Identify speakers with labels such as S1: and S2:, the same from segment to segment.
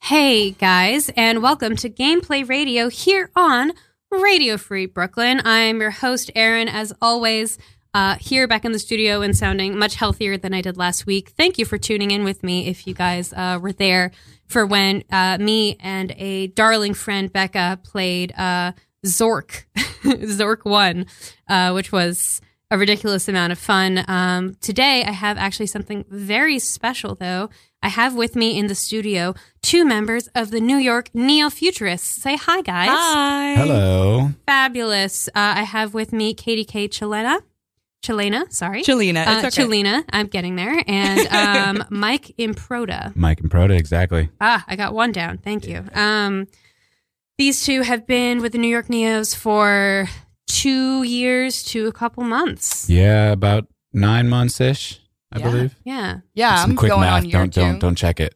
S1: Hey guys, and welcome to Gameplay Radio here on Radio Free Brooklyn. I'm your host, Aaron, as always, uh, here back in the studio and sounding much healthier than I did last week. Thank you for tuning in with me if you guys uh, were there for when uh, me and a darling friend, Becca, played uh, Zork, Zork 1, uh, which was a ridiculous amount of fun. Um, today, I have actually something very special, though. I have with me in the studio two members of the New York Neo Futurists. Say hi, guys.
S2: Hi.
S3: Hello.
S1: Fabulous. Uh, I have with me Katie K. Chilena. Chilena, sorry.
S2: Chelina.
S1: Uh,
S2: It's okay.
S1: Chilena, I'm getting there. And um, Mike Improda.
S3: Mike and Proda, exactly.
S1: Ah, I got one down. Thank you. Um, these two have been with the New York Neos for two years to a couple months.
S3: Yeah, about nine months ish, I
S2: Yeah.
S3: believe.
S1: Yeah.
S2: yeah, I'm
S3: quick
S2: going
S3: math.
S2: on year
S3: don't
S2: two.
S3: don't don't check it.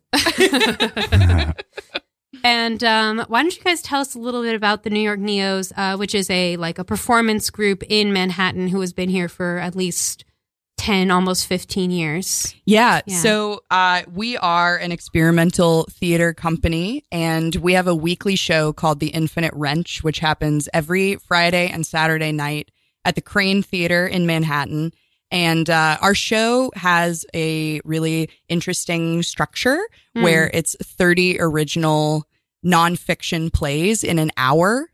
S1: And um, why don't you guys tell us a little bit about the New York Neos, uh, which is a like a performance group in Manhattan who has been here for at least ten, almost fifteen years.
S2: Yeah.
S1: Yeah.
S2: So uh, we are an experimental theater company, and we have a weekly show called The Infinite Wrench, which happens every Friday and Saturday night at the Crane Theater in Manhattan. And uh, our show has a really interesting structure
S1: Mm.
S2: where it's 30 original nonfiction plays in an hour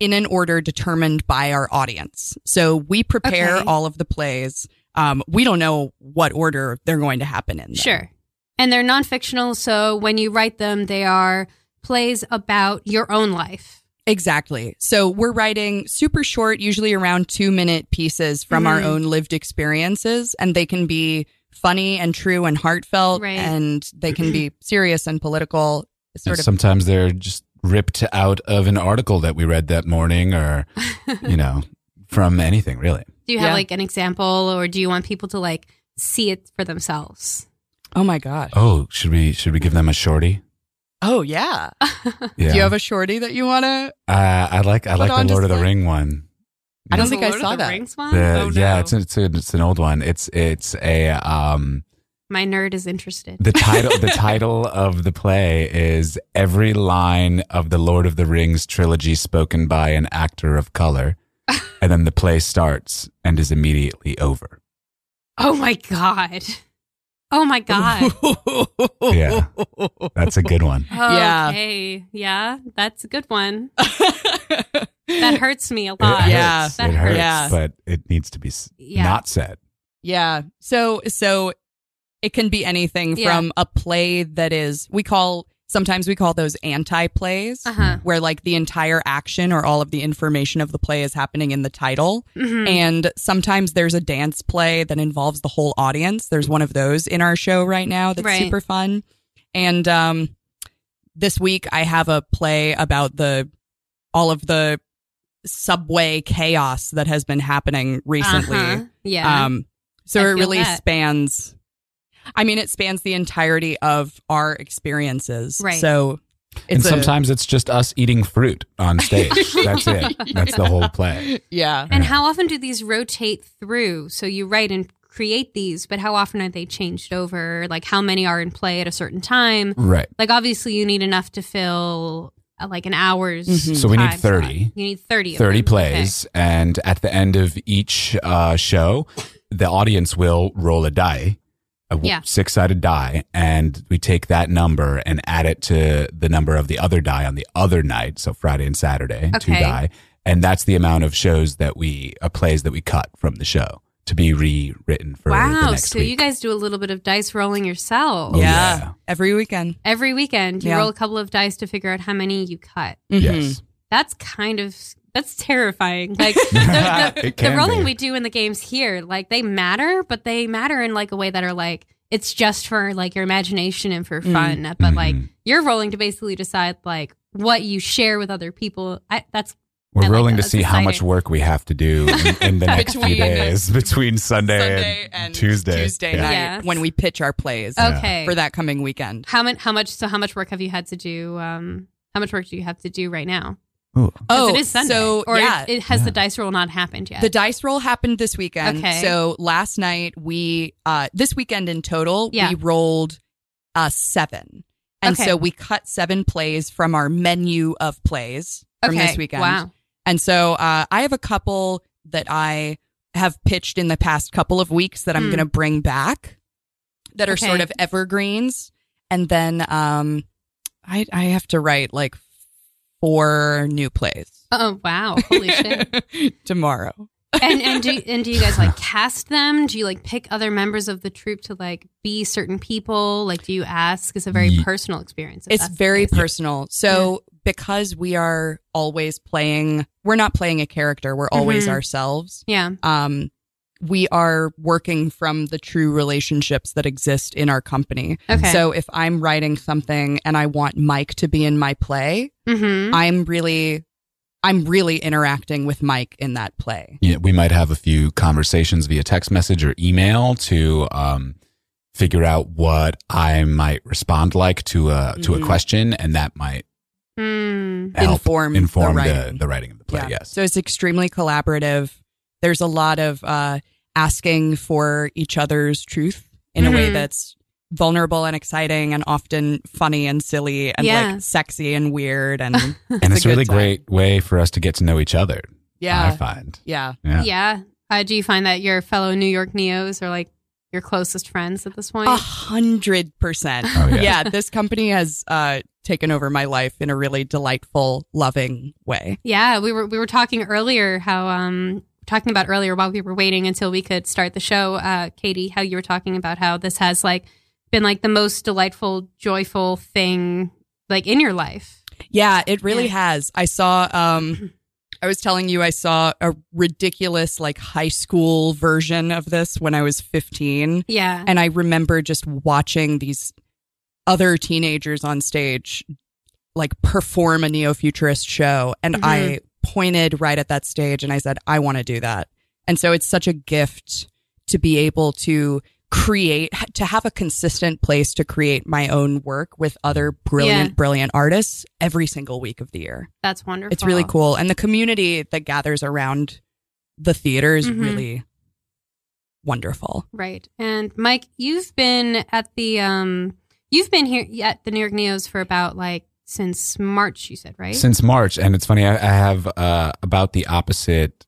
S2: in an order determined by our audience. So we prepare
S1: Okay.
S2: all of the plays. Um, we don't know what order they're going to happen in. though.
S1: Sure. And they're non fictional, so when you write them, they are plays about your own life.
S2: Exactly. So we're writing super short, usually around two minute pieces from our
S1: Mhm.
S2: own lived experiences, and they can be funny and true and heartfelt,
S1: Right.
S2: and they can be serious and political. It's
S3: And
S2: Sort of
S3: Sometimes they're just ripped out of an article that we read that morning or, you know, from anything really.
S1: Do you have
S2: Yeah.
S1: like an example, or do you want people to like see it for themselves?
S2: oh my gosh. Oh,
S3: Oh, should we should we give them a shorty?
S2: yeah.
S3: Yeah.
S2: Do you have a shorty that you want to?
S3: uh, I like I
S2: Put
S3: like the
S2: on just
S3: Lord of the
S2: like-
S3: Ring one.
S2: I don't
S1: Is
S2: think
S1: the
S2: I
S1: Lord of
S2: saw
S1: the
S2: that.
S1: Rings one?
S3: The-
S1: Oh,
S3: Yeah,
S1: no.
S3: it's it's a, it's an old one. It's it's a um
S1: My nerd is interested.
S3: the title the title of the play is every line of the Lord of the Rings trilogy spoken by an actor of color. And then the play starts and is immediately over.
S1: oh my god! Oh my god!
S3: Yeah. That's a good one.
S2: Yeah.
S1: Okay, yeah, that's a good one. That hurts me a lot.
S3: It
S2: Yeah.
S3: hurts.
S1: Uh, That
S3: it hurts,
S2: hurts.
S3: but it needs to be s
S1: Yeah.
S3: not said.
S2: Yeah. So so it can be anything
S1: Yeah.
S2: from a play that is we call sometimes we call those anti plays
S1: Uh huh.
S2: where like the entire action or all of the information of the play is happening in the title.
S1: Mm-hmm.
S2: And sometimes there's a dance play that involves the whole audience. There's one of those in our show right now that's
S1: Right.
S2: super fun. And um this week I have a play about the all of the subway chaos that has been happening recently.
S1: Uh-huh. Yeah.
S2: Um, so
S1: I
S2: it
S1: feel
S2: really
S1: that.
S2: spans. I mean, it spans the entirety of our experiences.
S1: Right.
S2: So
S3: And
S2: it's a-
S3: sometimes it's just us eating fruit on stage. That's it. That's the whole play.
S2: yeah.
S1: and how often do these rotate through? So you write and create these, but how often are they changed over? Like how many are in play at a certain time?
S3: Right.
S1: Like obviously you need enough to fill uh, like an hour's.
S2: Mhm.
S3: So we need
S1: time slot.
S3: 30.
S1: You need thirty. Of
S3: 30
S1: them. Okay.
S3: plays and at the end of each uh, show the audience will roll a die a w-
S1: Yeah.
S3: six-sided die and we take that number and add it to the number of the other die on the other night so friday and saturday two
S1: Okay.
S3: die and that's the amount of shows that we uh, plays that we cut from the show to be rewritten for the
S1: Wow.
S3: next
S1: So
S3: week
S1: you Mm-hmm. guys do a little bit of dice rolling yourself.
S3: Oh,
S2: yeah.
S3: yeah.
S2: Every weekend.
S1: Every weekend, you
S2: Yeah.
S1: roll a couple of dice to figure out how many you cut.
S2: Mhm.
S3: yes
S1: That's kind of that's terrifying. Like the, the,
S3: It
S1: the
S3: can
S1: rolling
S3: be.
S1: we do in the games here, like they matter, but they matter in like a way that are like it's just for like your imagination and for
S2: Mm.
S1: fun. But like
S3: Mhm.
S1: you're rolling to basically decide like what you share with other people. I, that's I
S3: we're
S1: like
S3: rolling
S1: that.
S3: to
S1: That's
S3: see how much
S1: exciting.
S3: work we have to do in, in the next few
S2: Between-
S3: days between sunday,
S2: Sunday
S3: and, tuesday
S2: Tuesday
S3: Yeah.
S2: night
S1: Yes.
S2: when we pitch our plays
S3: Yeah.
S1: okay.
S2: for that coming weekend.
S1: How much? How much? So how much work have you had to do? Um, how much work do you have to do right now?
S3: Ooh.
S1: 'Cause
S2: Oh,
S1: it is Sunday.
S2: so
S1: or
S2: yeah,
S1: it, it- has
S3: Yeah.
S1: the dice roll not happened yet?
S2: The dice roll happened this weekend.
S1: Okay.
S2: So last night we uh this weekend in total
S1: Yeah.
S2: we rolled uh seven. And
S1: Okay.
S2: so we cut seven plays from our menu of plays from
S1: okay.
S2: this weekend.
S1: Wow.
S2: And so uh, I have a couple that I have pitched in the past couple of weeks that I'm
S1: Hmm.
S2: going to bring back that are sort
S1: Okay.
S2: of evergreens. And then um, I, I have to write like four new plays
S1: Oh wow! Holy shit!
S2: tomorrow.
S1: And and do and do you guys like cast them? Do you like pick other members of the troupe to like be certain people? Like, do you ask? It's a very
S3: Ye-
S1: personal experience. if
S2: It's
S1: that's the
S2: very
S1: case.
S2: personal. So because we are always playing, we're not playing a character, we're always
S1: Mhm.
S2: ourselves.
S1: yeah.
S2: Um, we are working from the true relationships that exist in our company.
S1: Okay.
S2: So if I'm writing something and I want Mike to be in my play,
S1: hmm
S2: I'm really I'm really interacting with Mike in that play.
S3: Yeah, we might have a few conversations via text message or email to um, figure out what I might respond like to a to a
S2: Mhm.
S3: question, and that might
S1: Mm.
S3: help
S2: Inform the
S3: inform the,
S2: writing.
S3: the writing of the play. Yes,
S2: So it's extremely collaborative. There's a lot of uh asking for each other's truth in a way
S1: Mhm.
S2: that's vulnerable and exciting and often funny and silly and
S1: Yeah.
S2: like sexy and weird and a
S3: and it's a really
S2: good time.
S3: great way for us to get to know each other. I
S2: yeah.
S3: find.
S2: Yeah.
S3: Yeah.
S1: Yeah. Uh, do you find that your fellow New York neos are like your closest friends at this point?
S2: A hundred percent.
S3: Oh yeah.
S2: yeah, this company has uh, taken over my life in a really delightful, loving way.
S1: Yeah, we were we were talking earlier how um talking about earlier while we were waiting until we could start the show, uh, Katie, how you were talking about how this has like been like the most delightful, joyful thing like in your life.
S2: Yeah, it really
S1: Yeah.
S2: has. I saw. Um, I was telling you, I saw a ridiculous, like high school version of this when I was fifteen,
S1: Yeah.
S2: and I remember just watching these other teenagers on stage, like perform a neo futurist show, and I pointed right at that stage and I said, "I want to do that." And so it's such a gift to be able to create to have a consistent place to create my own work with other brilliant brilliant artists every single week of the year
S1: That's wonderful.
S2: it's really cool and the community that gathers around the theater is
S1: Mhm.
S2: really wonderful
S1: Right. And Mike, you've been at the um you've been here at the New York Neos for about like since March, you said, right?
S3: Since March, and it's funny, I, I have uh, about the opposite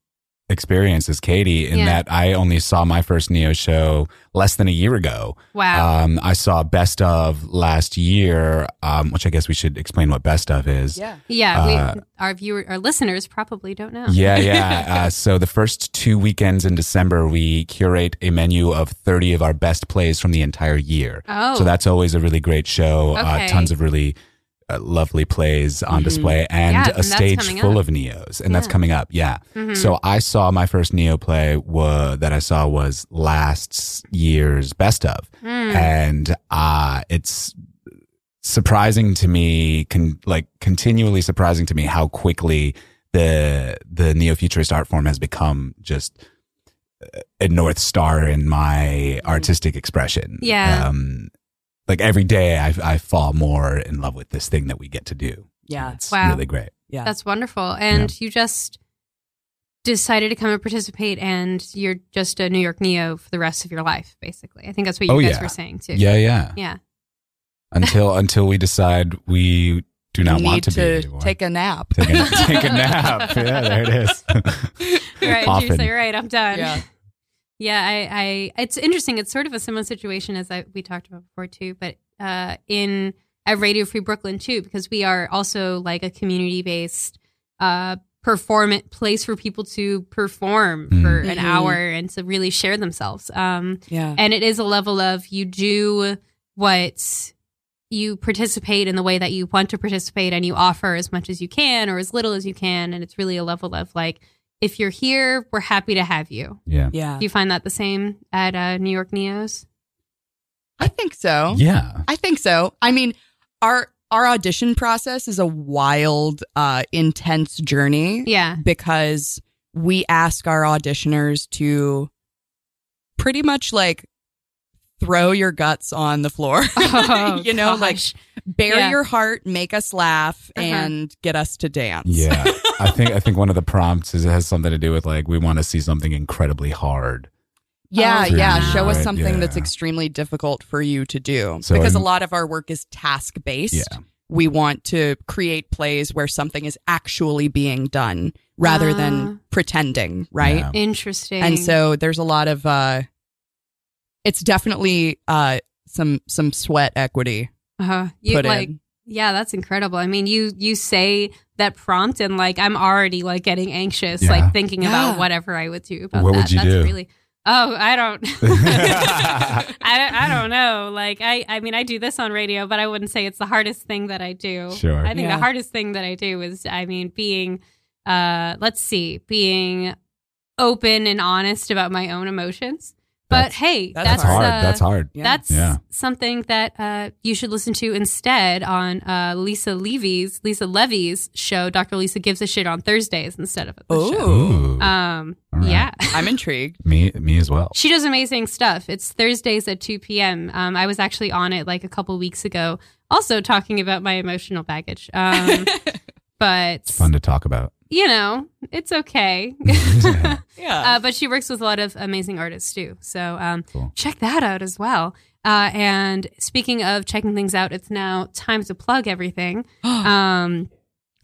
S3: experience as Katie in
S1: Yeah.
S3: that I only saw my first Neo show less than a year ago.
S1: wow.
S3: Um, I saw Best of last year, um, which I guess we should explain what Best of is.
S2: yeah
S1: yeah, we,
S3: uh,
S1: our viewer our listeners probably don't know.
S3: Yeah, yeah. uh, so the first two weekends in December, we curate a menu of 30 of our best plays from the entire year.
S1: Oh.
S3: So that's always a really great show.
S1: Okay.
S3: Uh, tons of really uh, lovely plays on
S2: Mhm.
S3: display and
S1: Yeah, and
S3: a
S1: that's
S3: stage
S1: coming
S3: full
S1: up.
S3: of Neos. And that's
S1: Yeah.
S3: coming up. Yeah.
S1: Mhm.
S3: So I saw my first Neo play wa- that I saw was last year's Best of.
S1: Mm.
S3: And uh, it's surprising to me, con- like continually surprising to me how quickly the the neo futurist art form has become just a north star in my artistic expression.
S1: Yeah.
S3: Um, like every day, I, I fall more in love with this thing that we get to do.
S2: yeah
S3: It's
S1: Wow.
S3: really great.
S2: yeah
S1: That's wonderful. And you just decided to come and participate, and you're just a New York Neo for the rest of your life, basically. I think that's what you
S3: Oh,
S1: guys
S3: yeah.
S1: were saying too.
S3: Yeah, yeah.
S1: Yeah.
S3: Until until we decide we do not
S2: need
S3: want to, be anymore.
S2: take a nap
S3: take a, take a nap. Yeah, there it is.
S1: Right.
S3: Often.
S1: You're right. I'm done.
S2: Yeah.
S1: Yeah, I, I, it's interesting. It's sort of a similar situation as I, we talked about before too, but uh, in at Radio Free Brooklyn too, because we are also like a community based uh, performant place for people to perform for an
S2: Mhm.
S3: Mm-hmm.
S1: hour and to really share themselves. Um,
S2: yeah
S1: and it is a level of you do what you participate in the way that you want to participate and you offer as much as you can or as little as you can and it's really a level of like if you're here we're happy to have you
S3: Yeah.
S2: yeah
S1: do you find that the same at uh, new york neos
S2: i think so
S3: Yeah.
S2: I think so. I mean, our our audition process is a wild, uh, intense journey
S1: yeah
S2: because we ask our auditioners to pretty much like throw your guts on the floor. you know, like
S1: gosh.
S2: bare
S1: Yeah.
S2: your heart, make us laugh,
S1: Uh-huh.
S2: and get us to dance.
S3: Yeah. I think I think one of the prompts is it has something to do with like we want to see something incredibly hard.
S2: Yeah,
S1: Oh,
S2: yeah.
S1: wow.
S2: Show us
S3: Right,
S2: something that's
S3: yeah.
S2: extremely difficult for you to do
S3: So
S2: because
S3: I'm-
S2: a lot of our work is task based.
S3: Yeah.
S2: We want to create plays where something is actually being done rather
S1: Ah.
S2: than pretending, right?
S3: Yeah.
S1: Interesting.
S2: And so there's a lot of uh it's definitely uh some some sweat equity
S1: uh, you
S2: put
S1: like,
S2: in.
S1: yeah, that's incredible. I mean, you you say that prompt, and like I'm already like getting anxious,
S3: Yeah.
S1: like thinking about
S2: Yeah.
S1: whatever I would do about
S3: What
S1: that.
S3: would you
S1: that's
S3: do?
S1: really. Oh, I don't. I don't, I don't know. Like I, I mean, I do this on radio, but I wouldn't say it's the hardest thing that I do.
S3: Sure.
S1: I think
S2: Yeah.
S1: the hardest thing that I do is, I mean, being, uh, let's see, being open and honest about my own emotions. But
S3: That's-
S1: hey,
S2: that's
S1: that's
S3: That's hard.
S1: Uh,
S3: That's hard.
S2: Yeah.
S1: that's
S3: Yeah.
S1: something that uh, you should listen to instead on uh, Lisa Levy's Lisa Levy's show. Dr. Lisa gives a shit on Thursdays instead of at the show.
S3: Ooh.
S1: Um,
S3: All right.
S1: yeah,
S2: I'm intrigued.
S3: me, me as well.
S1: she does amazing stuff. It's Thursdays at two p.m. Um, I was actually on it like a couple weeks ago, also talking about my emotional baggage. Um, but
S3: Fun to talk about.
S1: you know, it's okay.
S2: yeah.
S1: uh, but she works with a lot of amazing artists too. So um,
S3: Cool.
S1: check that out as well. Uh, and speaking of checking things out, it's now time to plug everything. Um,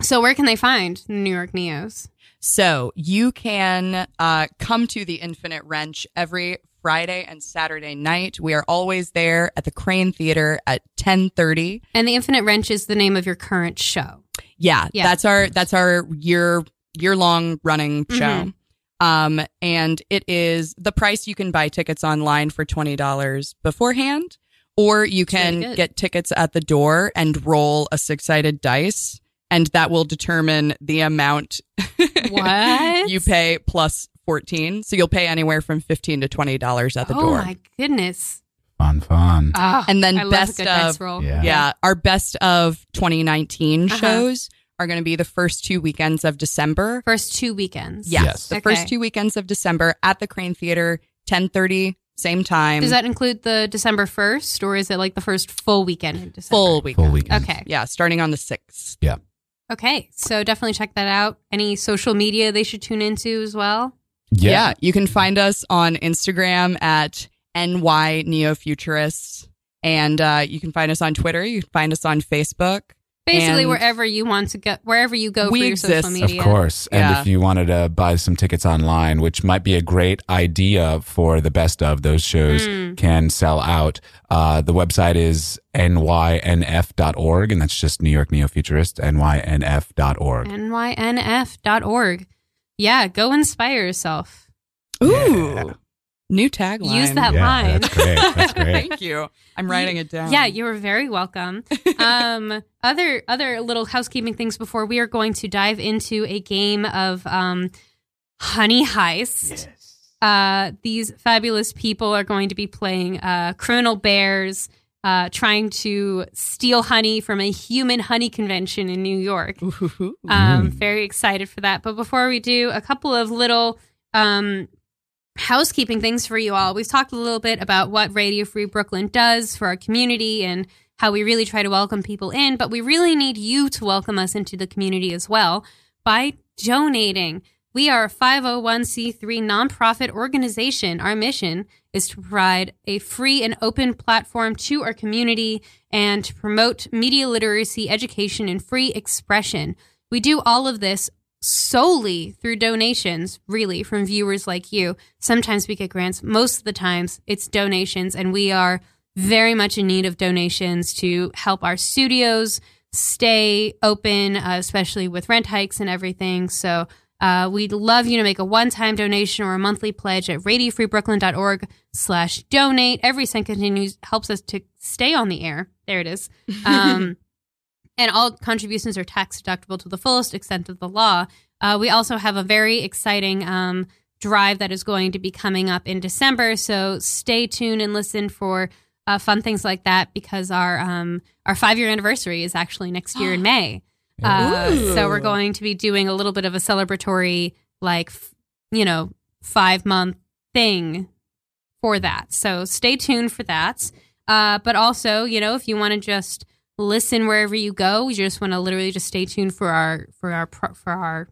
S1: so where can they find New York Neos?
S2: So you can uh, come to the Infinite Wrench every Friday and Saturday night. We are always there at the Crane Theater at ten thirty.
S1: And the Infinite Wrench is the name of your current show.
S2: Yeah,
S1: Yeah.
S2: that's our that's our year year long running
S1: Mhm.
S2: show. Um, and it is the price you can buy tickets online for twenty dollars beforehand, or
S1: really
S2: you can
S1: good.
S2: get tickets at the door and roll a six sided dice, and that will determine the amount
S1: What?
S2: you pay plus 14 so you'll pay anywhere from 15 to 20 dollars at the
S1: oh
S2: door
S1: my goodness!
S3: Fun, fun.
S1: Oh,
S2: And then
S1: I love
S2: best
S1: a good dice
S2: of-
S1: roll.
S3: Yeah.
S2: yeah our best of 2019
S1: Uh-huh.
S2: shows are going to be the first two weekends of december
S1: First two weekends.
S2: yes,
S3: Yes.
S2: the
S1: Okay.
S2: first two weekends of december at the crane theater 1030 same time
S1: Does that include the December first, or is it like the first full weekend in December?
S2: full weekend
S3: Full weekend.
S1: Okay.
S2: yeah starting on the 6th
S1: Okay. So definitely check that out. Any social media they should tune into as well.
S3: Yeah.
S2: yeah you can find us on instagram at ny neofuturists and uh, you can find us on twitter you can find us on facebook
S1: Basically,
S2: And-
S1: wherever you want to go, wherever you go
S2: We
S1: for your social
S2: exist. Of
S1: media.
S3: Of course. And
S2: Yeah.
S3: if you wanted to buy some tickets online, which might be a great idea for the best of those shows
S1: Mm.
S3: can sell out. Uh, the website is nynf.org, and that's just New York Neo Futurist, nynf.org.
S1: NYNF.org. Yeah, go inspire yourself.
S2: Ooh.
S3: Yeah.
S2: New tagline.
S1: Use that
S3: yeah,
S1: line.
S3: That's great. That's great.
S2: Thank you. I'm writing it down.
S1: Yeah, you were very welcome. um, other other little housekeeping things before we are going to dive into a game of um, Honey Heist. Uh, these fabulous people are going to be playing uh, criminal bears, uh, trying to steal honey from a human honey convention in New York.
S2: Ooh.
S1: Um,
S3: Mm.
S1: very excited for that. But before we do, a couple of little um, housekeeping things for you all. We've talked a little bit about what Radio Free Brooklyn does for our community and how we really try to welcome people in, but we really need you to welcome us into the community as well by donating. We are a 501c3 nonprofit organization. Our mission is to provide a free and open platform to our community and to promote media literacy, education, and free expression. We do all of this solely through donations, really, from viewers like you. Sometimes we get grants, most of the times it's donations, and we are very much in need of donations to help our studios stay open, uh, especially with rent hikes and everything. So uh, we'd love you to make a one-time donation or a monthly pledge at radiofreebrooklyn.org slash donate. Every cent continues, helps us to stay on the air. There it is. Um, and all contributions are tax deductible to the fullest extent of the law. Uh, we also have a very exciting um, drive that is going to be coming up in December, so stay tuned and listen for uh, fun things like that because our um, our five year anniversary is actually next year in May. Uh,
S2: Ooh.
S1: so we're going to be doing a little bit of a celebratory, like f- you know, five month thing for that. So stay tuned for that. Uh, but also, you know, if you want to just listen wherever you go, you just want to literally just stay tuned for our for our pro- for our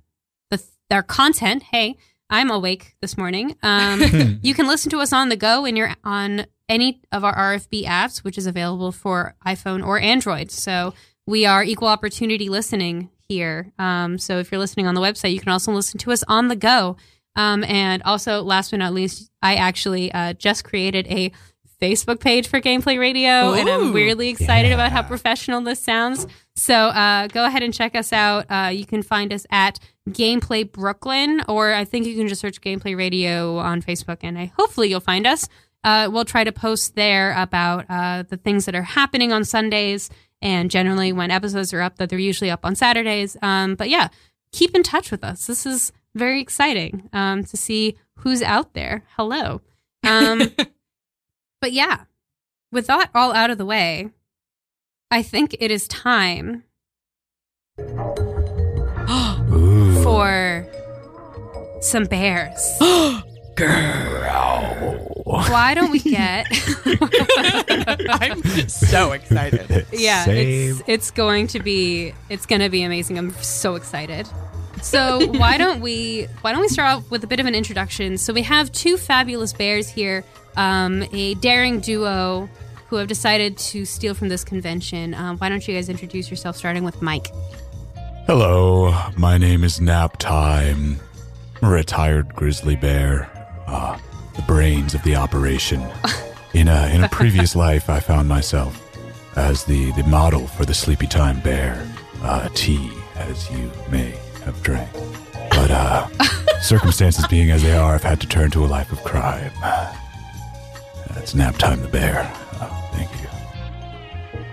S1: the, our content. Hey, I'm awake this morning. Um, you can listen to us on the go and you're on any of our RFB apps, which is available for iPhone or Android. So we are equal opportunity listening here. Um, so if you're listening on the website, you can also listen to us on the go. Um, and also, last but not least, I actually uh, just created a Facebook page for Gameplay Radio, and I'm
S2: Ooh.
S1: weirdly excited
S3: Yeah.
S1: about how professional this sounds. So uh, go ahead and check us out. Uh, you can find us at Gameplay Brooklyn, or I think you can just search Gameplay Radio on Facebook, and I hopefully you'll find us. Uh, we'll try to post there about uh, the things that are happening on Sundays, and generally when episodes are up, that they're usually up on Saturdays. Um, but yeah, keep in touch with us. This is very exciting um, to see who's out there. Hello. Um, but yeah, with that all out of the way, I think it is time
S3: Ooh.
S1: for some bears.
S3: Girl.
S1: Why don't we get?
S2: I'm so excited.
S1: yeah,
S3: Save.
S1: it's it's going to be it's going to be amazing. I'm so excited. So why don't we why don't we start off with a bit of an introduction? So we have two fabulous bears here, um, a daring duo who have decided to steal from this convention. Um, why don't you guys introduce yourself, starting with Mike?
S3: Hello, my name is Nap Time. I'm a retired grizzly bear, uh, the brains of the operation. In a, in a previous life, I found myself as the, the model for the Sleepy Time Bear uh, tea, as you may have drank. But uh, circumstances being as they are, I've had to turn to a life of crime. That's Nap Time the Bear. Uh, thank you.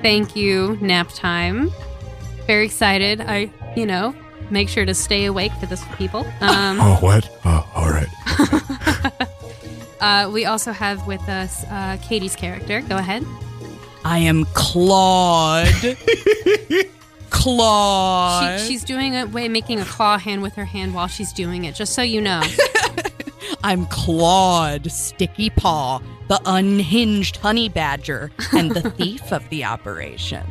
S1: Thank you, nap time. Very excited. I you know make sure to stay awake for this, people. Um,
S3: Oh, what? Oh, all right.
S1: Uh, we also have with us uh, Katie's character. Go ahead.
S2: I am Claude. Claude.
S1: She, she's doing a way, making a claw hand with her hand while she's doing it, just so you know.
S2: I'm Claude Sticky Paw, the unhinged honey badger, and the thief of the operation.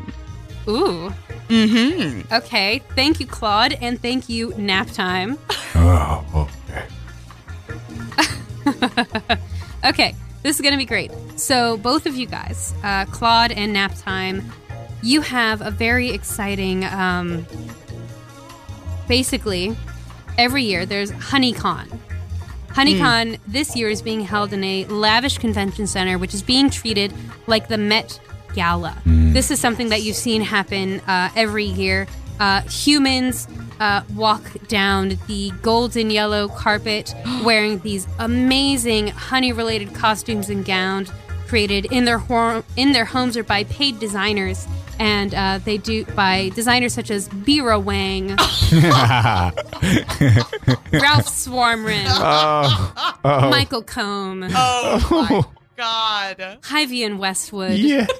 S1: Ooh.
S2: Mm-hmm.
S1: Okay. Thank you, Claude, and thank you, Nap Time.
S3: Oh, okay.
S1: Okay, this is going to be great. So, both of you guys, uh, Claude and Nap Time, you have a very exciting. Um, basically, every year there's HoneyCon. HoneyCon this year is being held in a lavish convention center, which is being treated like the Met Gala. This is something that you've seen happen uh, every year. Uh, humans uh, walk down the golden yellow carpet wearing these amazing honey-related costumes and gowns created in their hor- in their homes or by paid designers. And uh, they do by designers such as Bira Wang, Ralph Swarmrin,
S3: Oh,
S1: Michael Combe,
S2: Oh my god.
S1: Hyvie and Westwood.
S3: yes.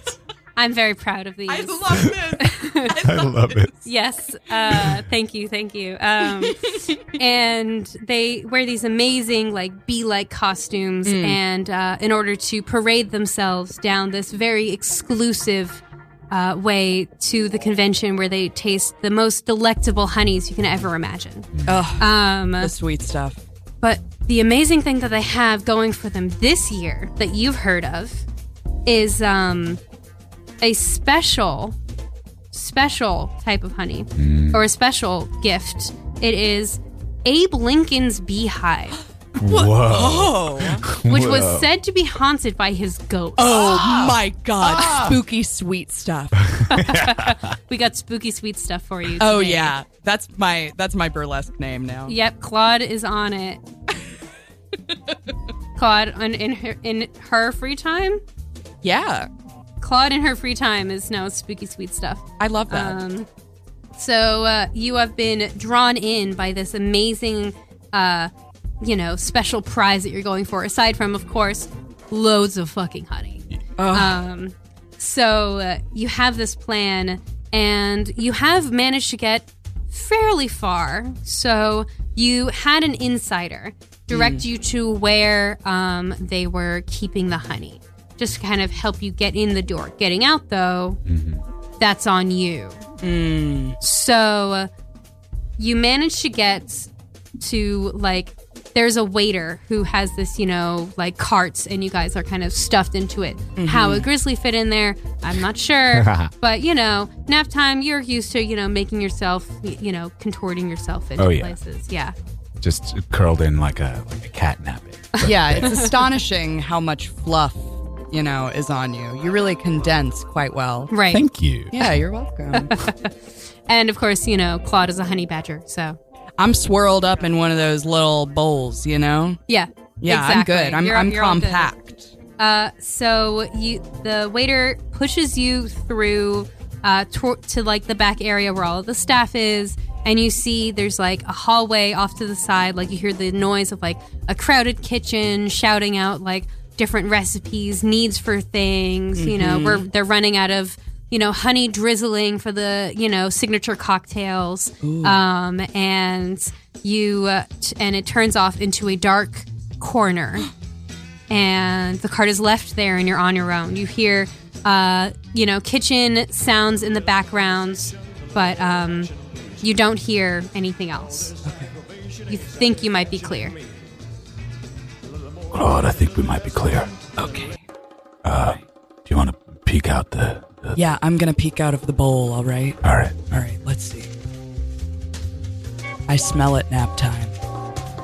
S1: I'm very proud of these.
S2: this.
S3: I love it.
S1: Yes. Uh, thank you. Thank you. Um, and they wear these amazing, like, bee like costumes, and uh, in order to parade themselves down this very exclusive uh, way to the convention where they taste the most delectable honeys you can ever imagine.
S2: Oh,
S1: Um,
S2: the sweet stuff.
S1: But the amazing thing that they have going for them this year that you've heard of is um, a special, special type of honey
S2: Mm.
S1: or a special gift. It is Abe Lincoln's beehive,
S3: Whoa.
S2: Oh.
S1: which
S3: Whoa.
S1: was said to be haunted by his ghost.
S2: Oh my god. Spooky sweet stuff.
S1: We got spooky sweet stuff for you.
S2: Oh
S1: today.
S2: yeah. That's my that's my burlesque name now.
S1: Yep, Claude is on it. Claude on, in her in her free time.
S2: Yeah.
S1: Claude in her free time is now spooky sweet stuff.
S2: I love that.
S1: Um, so uh, you have been drawn in by this amazing, uh, you know, special prize that you're going for. Aside from, of course, loads of fucking honey. Um, so uh, you have this plan, and you have managed to get fairly far. So you had an insider direct you to where um, they were keeping the honey, just to kind of help you get in the door. Getting out, though, that's on you.
S2: Mm.
S1: So you managed to get to like there's a waiter who has this, you know, like carts, and you guys are kind of stuffed into it.
S2: Mm-hmm.
S1: How a grizzly fit in there, I'm not sure. but, you know, nap time, you're used to, you know, making yourself, y- you know, contorting yourself into
S3: Oh, yeah.
S1: places. Yeah.
S3: Just curled in like a like a cat napping.
S2: yeah, it's astonishing how much fluff, you know, is on you. You really condense quite well.
S1: Right.
S3: Thank you.
S2: Yeah, you're welcome.
S1: and of course, you know, Claude is a honey badger. So,
S2: I'm swirled up in one of those little bowls, you know?
S1: yeah.
S2: Yeah,
S1: exactly.
S2: I'm good. I'm,
S1: You're-
S2: I'm
S1: you're all good.
S2: compact.
S1: Uh, so you, the waiter pushes you through uh, to, to like the back area where all of the staff is, and you see there's like a hallway off to the side. Like you hear the noise of like a crowded kitchen shouting out like different recipes, needs for things. You know, where they're running out of you know honey drizzling for the you know signature cocktails. Um, and you uh, t- and it turns off into a dark corner and the cart is left there and you're on your own. You hear, uh, you know, kitchen sounds in the background, but um, you don't hear anything else. You think you might be clear.
S3: Claude, I think we might be clear.
S2: Okay.
S3: Do you want to peek out the? the-
S2: Yeah, I'm going to peek out of the bowl, all right?
S3: All right.
S2: All right, let's see. I smell it nap time.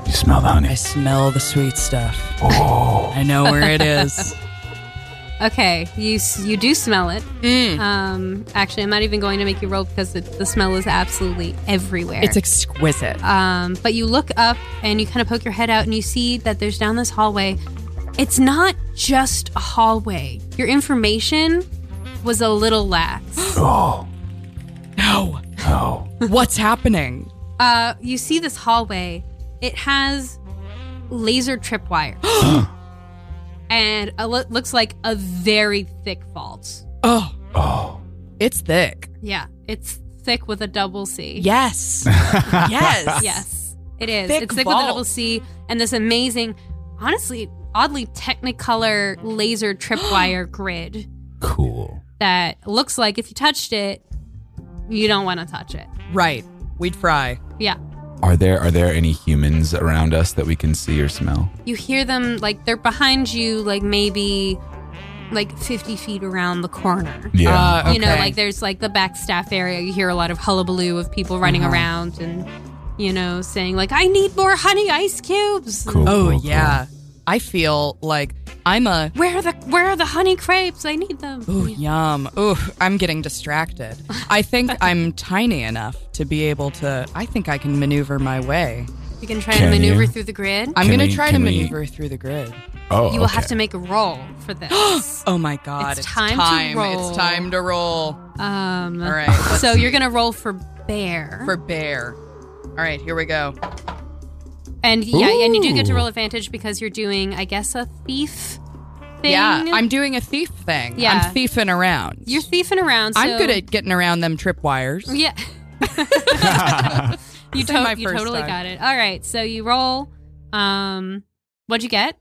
S3: You smell the honey.
S2: I smell the sweet stuff. I know where it is.
S1: Okay, you s- you do smell it. Um, actually, I'm not even going to make you roll because it, the smell is absolutely everywhere.
S2: It's exquisite.
S1: Um, but you look up and you kind of poke your head out and you see that there's down this hallway. It's not just a hallway. Your information was a little lax.
S3: Oh,
S2: no.
S3: oh.
S2: What's happening?
S1: uh, you see this hallway. It has laser tripwire. and it lo- looks like a very thick vault.
S2: Oh,
S3: Oh.
S2: it's thick.
S1: Yeah, it's thick with a double C.
S2: Yes. yes.
S1: Yes, it is.
S2: Thick
S1: it's thick with
S2: vault.
S1: a double C and this amazing, honestly, oddly technicolor laser tripwire grid
S3: Cool.
S1: that looks like if you touched it, you don't want to touch it.
S2: Right. We'd fry.
S1: Yeah.
S3: Are there are there any humans around us that we can see or smell?
S1: You hear them, like, they're behind you, like, maybe like 50 feet around the corner.
S2: Uh,
S3: Oh,
S2: okay.
S1: You know, like, there's like the back staff area. You hear a lot of hullabaloo of people running
S3: Uh-huh.
S1: around and, you know, saying, like, I need more honey ice cubes.
S3: cool.
S2: Oh
S3: cool, cool.
S2: yeah. I feel like I'm a
S1: Where are the where are the honey crepes? I need them.
S2: ooh yum. Ooh, I'm getting distracted. I think I'm tiny enough to be able to I think I can maneuver my way.
S1: You can try
S3: Can
S1: to maneuver
S3: you?
S1: through the grid.
S2: I'm
S3: Can
S2: going
S3: we-
S2: to try to
S3: can we-
S2: maneuver through the grid.
S3: Oh.
S1: you will have
S3: okay.
S1: to make a roll for this.
S2: Oh my god,
S1: It's
S2: it's,
S1: time to roll.
S2: It's time to roll.
S1: um,
S2: All right. let's
S1: So
S2: see.
S1: you're gonna roll for bear.
S2: for bear. All right, here we go.
S1: And yeah, and you do get to
S3: Ooh.
S1: roll advantage because you're doing, I guess, a thief thing.
S2: Yeah, I'm doing a thief thing.
S1: Yeah.
S2: I'm thiefing around.
S1: you're thiefing around. So
S2: I'm good at getting around them tripwires.
S1: yeah. you,
S2: This ain't my
S1: to- you
S2: first
S1: totally
S2: time.
S1: got it. All right, so you roll. Um, what'd you get?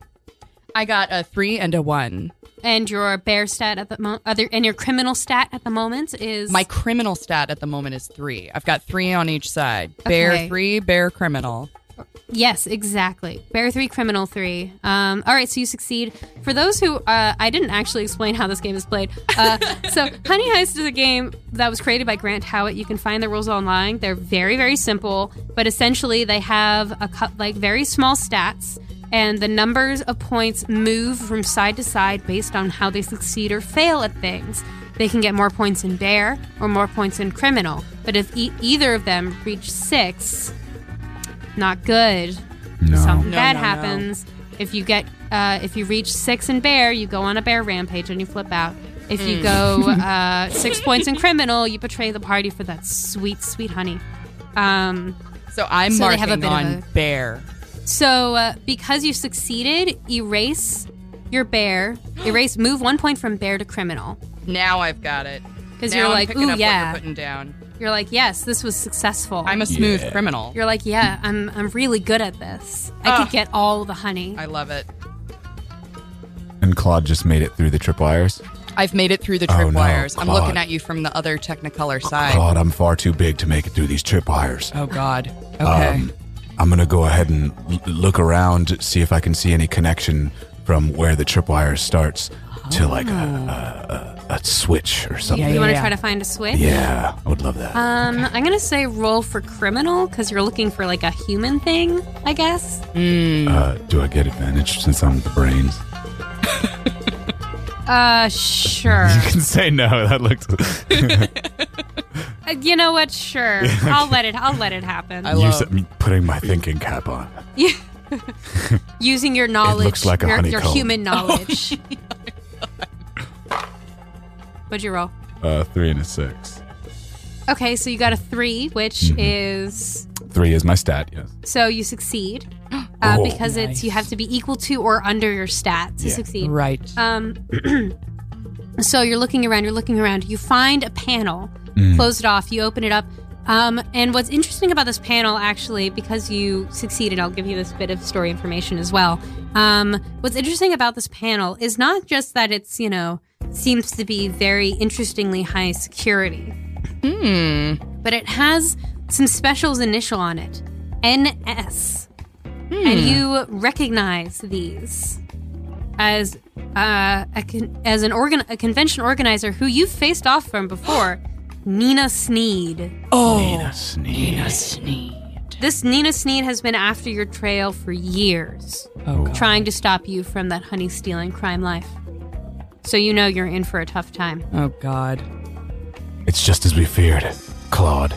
S2: I got a three and a one.
S1: And your bear stat at the mo- other, and your criminal stat at the moment is
S2: My criminal stat at the moment is three. I've got three on each side. Bear
S1: Okay.
S2: three, bear criminal.
S1: Yes, exactly. Bear three, criminal three. Um, all right, so you succeed. For those who uh, I didn't actually explain how this game is played. Uh, so Honey Heist is a game that was created by Grant Howitt. You can find the rules online. They're very very simple, but essentially they have a cou- like very small stats, and the numbers of points move from side to side based on how they succeed or fail at things. They can get more points in bear or more points in criminal, but if e- either of them reach six, not good. Something
S2: No,
S1: bad
S2: no, no.
S1: happens. If you get uh, if you reach six in bear, you go on a bear rampage and you flip out. If
S2: Hmm.
S1: you go uh, six points in criminal, you betray the party for that sweet sweet honey. Um,
S2: So I'm
S1: So they
S2: marking
S1: have a bit
S2: on
S1: of a-
S2: bear.
S1: so uh, because you succeeded, erase your bear. Erase move one point from bear to criminal.
S2: Now I've got it.
S1: 'Cause
S2: Now
S1: you're
S2: I'm
S1: like,
S2: picking
S1: ooh,
S2: up what
S1: yeah.
S2: you're putting down.
S1: You're like, yes, this was successful.
S2: I'm a smooth
S3: Yeah.
S2: criminal.
S1: You're like, yeah, I'm I'm really good at this. I
S2: Ah.
S1: could get all the honey.
S2: I love it.
S3: And Claude just made it through the tripwires.
S2: I've made it through the
S3: Oh, no,
S2: tripwires. I'm
S3: Claude.
S2: looking at you from the other Technicolor side.
S3: Claude, I'm far too big to make it through these tripwires.
S2: Oh God. Okay.
S3: Um, I'm gonna go ahead and l- look around, see if I can see any connection from where the tripwire starts to like a,
S2: Oh.
S3: a, a, a switch or something.
S1: You
S3: Yeah,
S1: want to
S2: Yeah.
S1: try to find a switch?
S3: I would love that.
S2: Uh,
S1: Um, I'm gonna say roll for criminal because you're looking for like a human thing, I guess.
S3: uh, do I get advantage since I'm the brains?
S1: Uh, sure.
S3: You can say no. That looked.
S1: Uh, you know what? Sure. I'll let it. I'll let it happen.
S2: I
S3: you
S2: love-
S3: said me putting my thinking cap on.
S1: Using your knowledge,
S3: looks like a
S1: your, your
S3: honeycomb. Oh
S1: human knowledge. What'd you roll?
S3: Uh, three and a six.
S1: Okay, so you got a three, which
S3: Mm-hmm.
S1: is
S3: Three is my stat. Yes.
S1: so you succeed uh,
S3: Oh.
S1: because it's you have to be equal to or under your stat to
S3: Yeah.
S1: succeed.
S2: Right.
S1: Um, so you're looking around, you're looking around, you find a panel, close it off, you open it up. Um, and what's interesting about this panel, actually, because you succeeded, I'll give you this bit of story information as well. Um, what's interesting about this panel is not just that it's, you know, seems to be very interestingly high security,
S2: Hmm.
S1: but it has some specials initial on it NS. And you recognize these as uh, a con- as an organ a convention organizer who you've faced off from before, Nina Sneed.
S2: Oh.
S3: Sneeze.
S2: Sneed.
S1: This Nina Sneed has been after your trail for years,
S2: Oh, God.
S1: trying to stop you from that honey stealing crime life. So you know you're in for a tough time.
S2: Oh, God.
S3: It's just as we feared, Claude.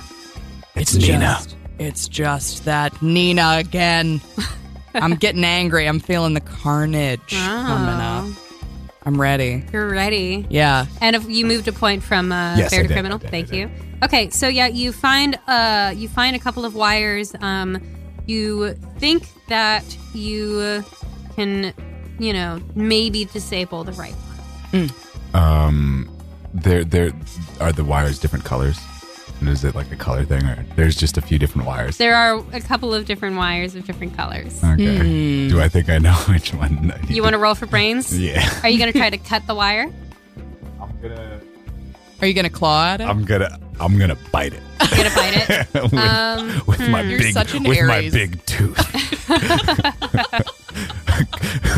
S3: It's, Nina.
S2: Just, it's just that Nina again. I'm getting angry. I'm feeling the carnage
S1: Oh.
S2: coming up. I'm ready.
S1: You're ready.
S2: Yeah.
S1: And if you moved a point from uh,
S3: Yes,
S1: fair
S3: I
S1: to
S3: did.
S1: criminal,
S3: I did, I
S1: thank
S3: did.
S1: you. Okay, so yeah, you find uh, you find a couple of wires. Um, you think that you can, you know, maybe disable the right one.
S3: Um, there, there are the wires different colors, and is it like a color thing, or there's just a few different wires?
S1: There are a couple of different wires of different colors.
S3: okay. Do I think I know which one? I need
S1: You want to roll for brains?
S3: Yeah.
S1: Are you going to try to cut the wire?
S3: I'm gonna.
S2: Are you gonna claw at it?
S3: I'm gonna. I'm gonna bite it
S1: You going to bite it?
S3: with,
S1: Um,
S3: with my
S2: You're
S3: big
S2: such an
S3: with my
S2: Aries.
S3: big tooth.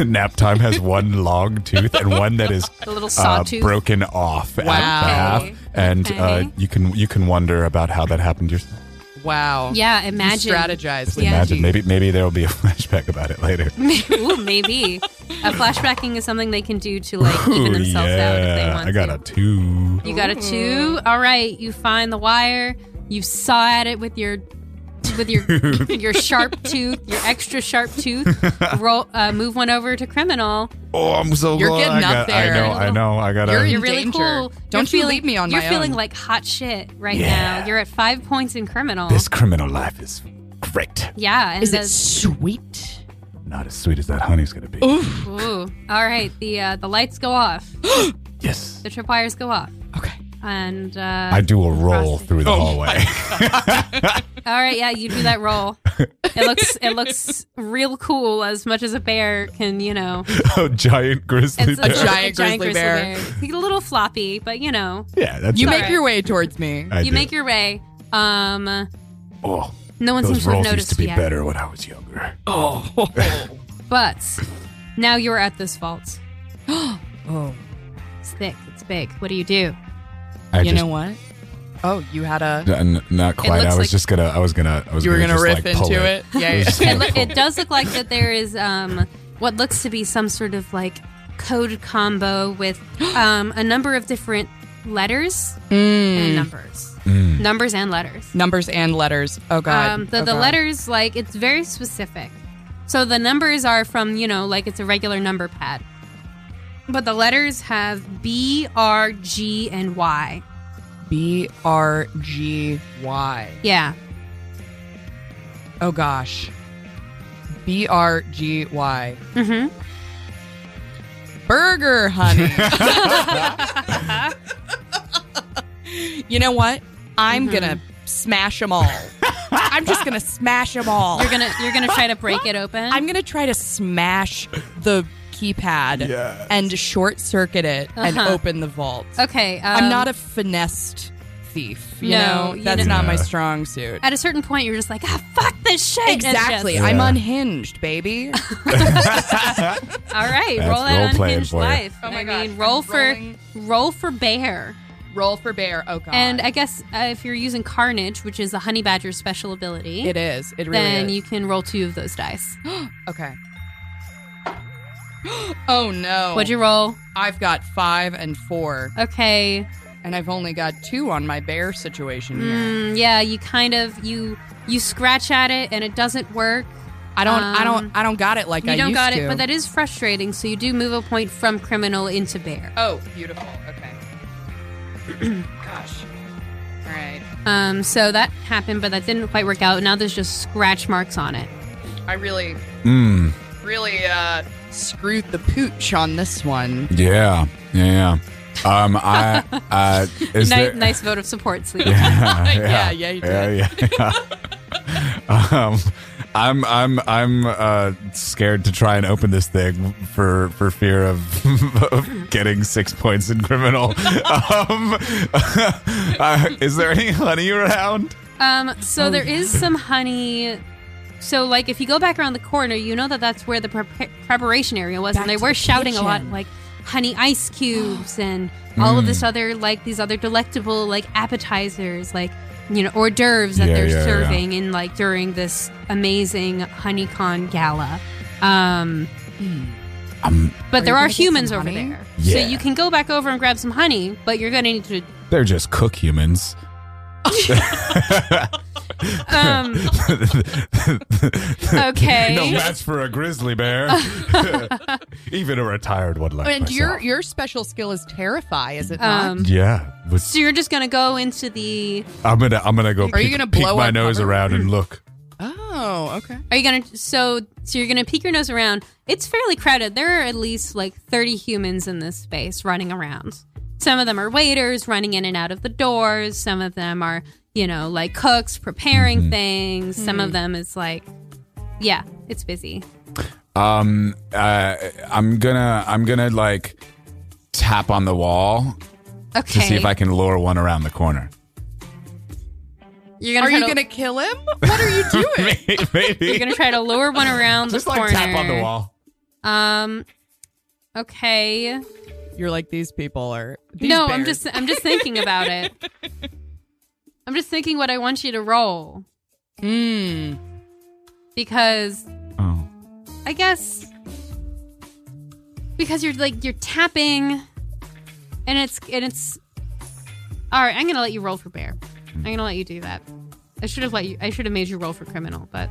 S3: Nap time has one long tooth and one that is
S1: The little
S3: uh,
S1: sawtooth.
S3: broken off at the
S2: Wow.
S3: half,
S1: Okay.
S3: and uh,
S1: Okay.
S3: you can you can wonder about how that happened to yourself.
S2: wow.
S1: yeah,
S2: You
S1: imagine.
S2: strategize. with
S1: Yeah.
S3: Imagine
S2: teeth.
S3: maybe maybe there will be a flashback about it later.
S1: Ooh, maybe. Uh, flashbacking is something they can do to like even
S3: Ooh,
S1: themselves out if they want
S3: I got
S1: to.
S3: a two.
S1: You got a
S2: Mm.
S1: two. All right, you find the wire. You saw at it with your with your your sharp tooth, your extra sharp tooth. Roll, uh, move one over to criminal.
S3: Oh, I'm so
S2: You're
S3: glad
S2: getting
S3: I
S2: up
S3: got,
S2: there.
S3: I know, I know, I got
S2: You're
S3: a.
S1: You're really
S2: Danger.
S1: cool.
S2: Don't
S1: you're
S2: you leave me on
S1: You're
S2: my
S1: feeling
S2: own.
S1: like hot shit right
S3: Yeah.
S1: now. You're at five points in criminal.
S3: This criminal life is great.
S1: yeah, and
S2: Is it
S1: the-
S2: sweet?
S3: Not as sweet as that honey's gonna be.
S1: ooh. All right, the uh, the lights go off.
S3: Yes.
S1: The tripwires go off.
S2: Okay.
S1: And uh,
S3: I do a roll
S1: Frosty.
S3: through the hallway.
S1: All right, yeah, you do that roll. It looks it looks real cool as much as a bear can, you know.
S3: a giant grizzly
S1: It's
S3: bear.
S2: A giant grizzly bear.
S1: It's a little floppy, but you know,
S3: yeah, that's
S2: You
S1: Sorry.
S2: make your way towards me.
S3: I
S1: you
S3: do.
S1: make your way. Um,
S3: Oh,
S1: no one
S3: those
S1: seems to have
S3: rolls
S1: noticed
S3: used to be
S1: yet.
S3: better when I was younger.
S2: Oh.
S1: But now you're at this vault.
S2: oh.
S1: It's thick. It's big. What do you do?
S3: I
S2: You
S3: just,
S2: know what? Oh, you had a.
S3: N- n- not quite. I
S1: looks
S3: was
S1: like-
S3: just gonna. I was gonna. I was
S2: You were gonna
S3: just,
S2: riff
S3: like, pull
S2: into it. Yeah.
S3: I
S2: yeah.
S3: was just
S1: It,
S3: gonna
S1: lo-
S3: pull
S1: it does look like that there is um what looks to be some sort of like code combo with um a number of different letters
S2: Hmm.
S1: and numbers,
S3: Hmm.
S1: numbers and letters.
S2: Numbers and letters. Oh God.
S1: Um, the,
S2: Oh,
S1: the
S2: God.
S1: letters, like, it's very specific. So the numbers are from, you know, like it's a regular number pad. But the letters have B, R, G, and Y.
S2: B R G Y.
S1: Yeah.
S2: Oh gosh. B R G Y.
S1: hmm
S2: Burger, honey. you know what? I'm
S1: Mm-hmm.
S2: gonna smash them all. I'm just gonna smash them all.
S1: You're gonna you're gonna try to break it open.
S2: I'm gonna try to smash the keypad
S3: Yes.
S2: and short circuit it and
S1: Uh-huh.
S2: open the vault.
S1: okay. Um,
S2: I'm not a finessed thief. You
S1: No,
S2: know,
S1: you
S2: that's
S3: know-
S2: not my
S3: Yeah.
S2: strong suit.
S1: At a certain point, you're just like, ah, fuck this shit. and just- Oh
S2: Exactly.
S3: Yeah.
S2: I'm unhinged, baby.
S1: all right,
S3: That's
S1: roll that
S3: role-playing
S1: unhinged
S3: for you.
S1: life.
S2: Oh my
S1: I
S2: God,
S1: mean, roll
S2: I'm
S1: for
S2: rolling.
S1: roll for bear.
S2: Roll for bear. Oh, God.
S1: And I guess uh, if you're using carnage, which is the honey badger's special ability,
S2: it is. It really
S1: then
S2: is.
S1: you can roll two of those dice.
S2: okay. oh, no.
S1: What'd you roll?
S2: I've got five and four,
S1: Okay.
S2: and I've only got two on my bear situation here.
S1: Mm, yeah, you kind of you you scratch at it and it doesn't work.
S2: I don't,
S1: Um,
S2: I don't, I don't got it like
S1: You
S2: I
S1: don't
S2: used
S1: got
S2: to.
S1: it, but that is frustrating. So you do move a point from criminal into bear.
S2: Oh, beautiful. Okay. Gosh. All right.
S1: Um, so that happened, but that didn't quite work out. Now there's just scratch marks on it.
S2: I really,
S3: Mm,
S2: really uh screwed the pooch on this one.
S3: yeah, yeah, yeah. Um, I uh, is
S1: Ni-
S3: there-
S1: nice vote of support, Sleep.
S2: Yeah, yeah, you
S3: yeah, yeah, yeah. um, I'm I'm I'm uh, scared to try and open this thing for for fear of, of getting six points in criminal. um, uh, is there any honey around?
S1: Um, so
S2: Oh.
S1: there is some honey. So, like, if you go back around the corner, you know that that's where the prepa- preparation area was,
S2: Back
S1: and they
S2: to
S1: were
S2: the
S1: shouting a lot,
S2: kitchen. Mm.
S1: like honey ice cubes and all of this other, like, these other delectable, like, appetizers, like, you know, hors d'oeuvres that
S3: Yeah,
S1: they're
S3: yeah, yeah.
S1: serving in, like, during this amazing honeycon gala. Um, but
S2: Hmm. Um, Are
S1: there are
S2: you gonna get some
S1: humans over
S2: honey?
S1: there,
S3: Yeah.
S1: so you can go back over and grab some honey, but you're gonna need to.
S3: They're just cook humans.
S1: Um, okay.
S3: No match for a grizzly bear, even a retired one like
S2: And your
S3: myself.
S2: your special skill is terrify, is it not?
S1: Um,
S3: yeah, with-
S1: so you're just gonna go into the.
S3: I'm gonna I'm gonna go.
S2: Are you
S3: peek-
S2: gonna
S3: peek
S2: blow
S3: my
S2: our
S3: nose
S2: cover?
S3: around and look?
S2: Oh, okay.
S1: Are you gonna? So so you're gonna peek your nose around. It's fairly crowded. There are at least like 30 humans in this space running around. Some of them are waiters running in and out of the doors. Some of them are you know like cooks preparing
S3: Mm-hmm.
S1: things. Some of them is like, yeah, it's busy.
S3: um uh i'm gonna i'm gonna like tap on the wall to
S1: Okay.
S3: see if i can lure one around the corner
S1: you're gonna
S2: Are
S1: try
S2: you
S1: to,
S2: gonna kill him? What are you doing?
S3: maybe,
S1: you're gonna try to lure one around
S3: just
S1: the
S3: like
S1: corner.
S3: tap on the wall
S1: Um. Okay.
S2: You're like these people are. These
S1: no, I'm
S2: bears.
S1: just I'm just thinking about it. I'm just thinking what I want you to roll
S2: Mm.
S1: because
S3: oh
S1: I guess because you're like you're tapping and it's and it's all right. I'm gonna let you roll for bear. I'm gonna let you do that. I should have let you. I should have made you roll for criminal, but